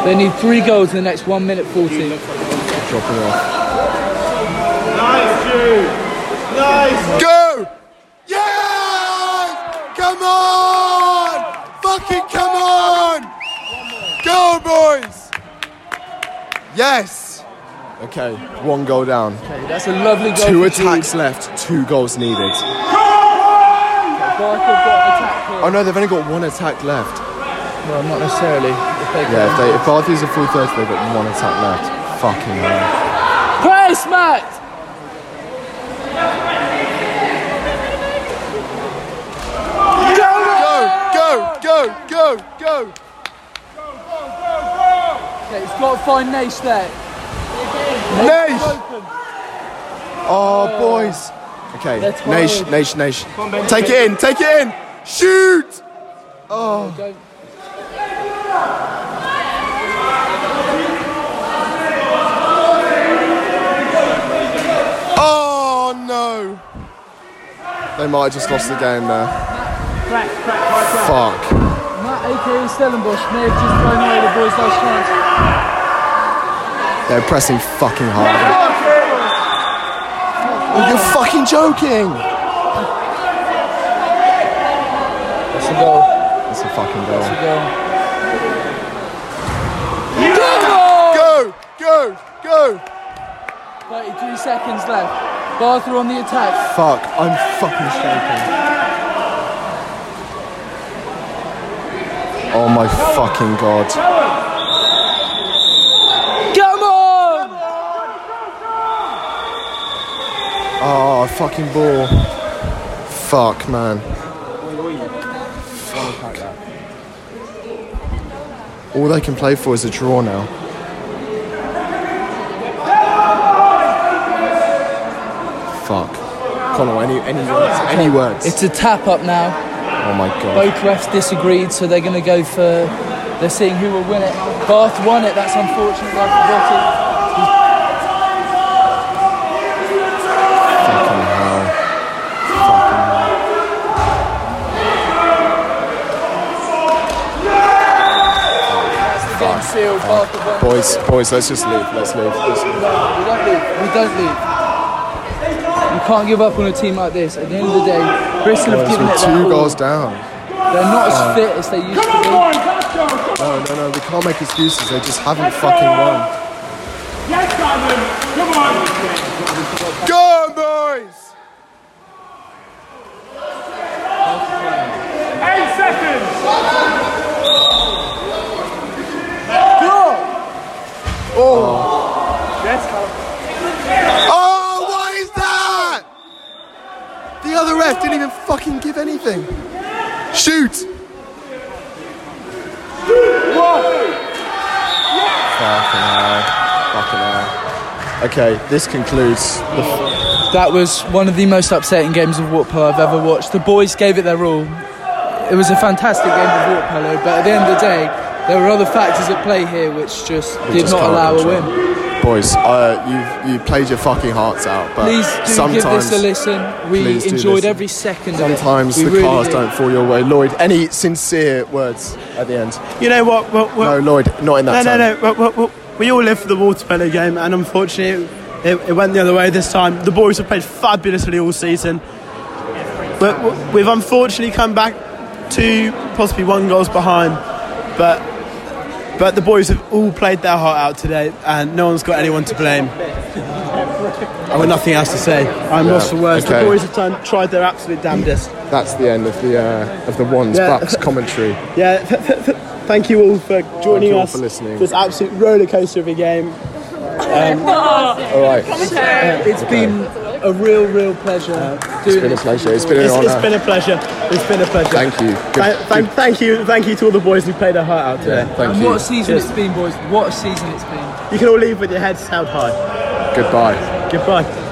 B: They need three goals in the next one minute forty.
A: Dropping off.
M: Nice, Jew! Nice! Go! Yes! Come on! Fucking come on! Go, boys!
A: Yes! Okay, one goal down.
B: That's a lovely goal.
A: Two
B: for
A: attacks left, two goals needed.
B: Barker got attack here.
A: Oh no, they've only got one attack left.
B: Well, not necessarily. If they
A: Yeah, if, they, if Bath use a full 30, they've got one attack left. Fucking hell.
B: Press, Matt.
M: Go, go, go, go, go!
B: Okay, it's got to find Nash there.
A: Nice! Oh, boys. Okay,
M: They're tired.
A: Naish, Naish,
M: Come on, Ben.
A: Naish. Take it in, take it in. Shoot! Oh. Oh no! They might have just lost the game there.
B: Crack, crack, crack,
A: Fuck.
B: Matt, aka Stellenbosch, may have just thrown away the boys' last chance.
A: They're pressing fucking hard. Oh, you're fucking joking!
B: That's a goal.
A: That's a fucking goal.
M: Go, go, go.
B: 32 seconds left. Bath are on the attack.
A: Fuck, I'm fucking shaking. Oh my fucking god.
B: Come on!
A: Oh, fucking ball. Fuck, man. All they can play for is a draw now. Fuck. Connor, any, any words? Any words?
B: It's a tap up now.
A: Oh my god.
B: Both refs disagreed, so they're going to go for. They're seeing who will win it. Bath won it. That's unfortunate. I forgot
A: Fucking hell.
B: it. It's game sealed. Bath have won.
A: Boys, boys, let's just leave. Let's leave. Let's leave.
B: We don't leave. We don't leave. You can't give up on a team like this. At the end of the day, Bristol have
A: Boys,
B: given
A: we're
B: it their
A: two
B: all.
A: goals down.
B: They're not
A: Oh.
B: as fit as they used to be.
A: No, no, no. We can't make excuses. They just haven't fucking won.
M: Yes, Simon. Come on. Go, boys. Eight seconds. Go. Oh. Yes,
A: Oh, what is that? The other ref didn't even fucking give anything. Shoot! Fucking hell. Fucking hell. Okay, this concludes the.
B: That was one of the most upsetting games of Watpolo I've ever watched. The boys gave it their all. It was a fantastic game of Watpolo, but at the end of the day, there were other factors at play here which just
A: We
B: did
A: just
B: not
A: can't
B: allow a
A: control.
B: win.
A: Boys, uh, you you played your fucking hearts out, but
B: please do give
A: sometimes
B: this a listen. We
A: please do
B: enjoyed
A: listen.
B: every second of it.
A: sometimes
B: We
A: the
B: really
A: cars
B: did.
A: don't fall your way. Lloyd, any sincere words at the end?
C: You know what? what, what
A: no, Lloyd, not in
C: No,
A: that
C: no,
A: time.
C: no. Well, well, well, we all live for the Waterpolo game, and unfortunately, it, it went the other way this time. The boys have played fabulously all season, but w- we've unfortunately come back two, possibly one goals behind. But but the boys have all played their heart out today, and no one's got anyone to blame. I've got nothing else to say. I'm
A: Yeah,
C: lost for words.
A: okay.
C: The boys have done, tried their absolute damnedest.
A: That's the end of the uh, of the ones
C: Yeah.
A: bucks commentary.
C: Yeah, th- th- th- thank you all for joining
A: you all
C: us.
A: for listening.
C: This absolute roller coaster of a game.
A: All right.
B: Uh, It's been a real, real pleasure.
A: It's been a pleasure. It's been an
C: It's-
A: honour.
C: it's been a pleasure. It's been a pleasure.
A: Thank you. Good-
C: Thank, thank, thank you, thank you to all the boys who played their heart out today.
A: thank
B: and
A: you.
B: what a season
C: Cheers.
B: it's been, boys. What a season it's been.
C: You can all leave with your heads held high.
A: Goodbye.
C: Goodbye.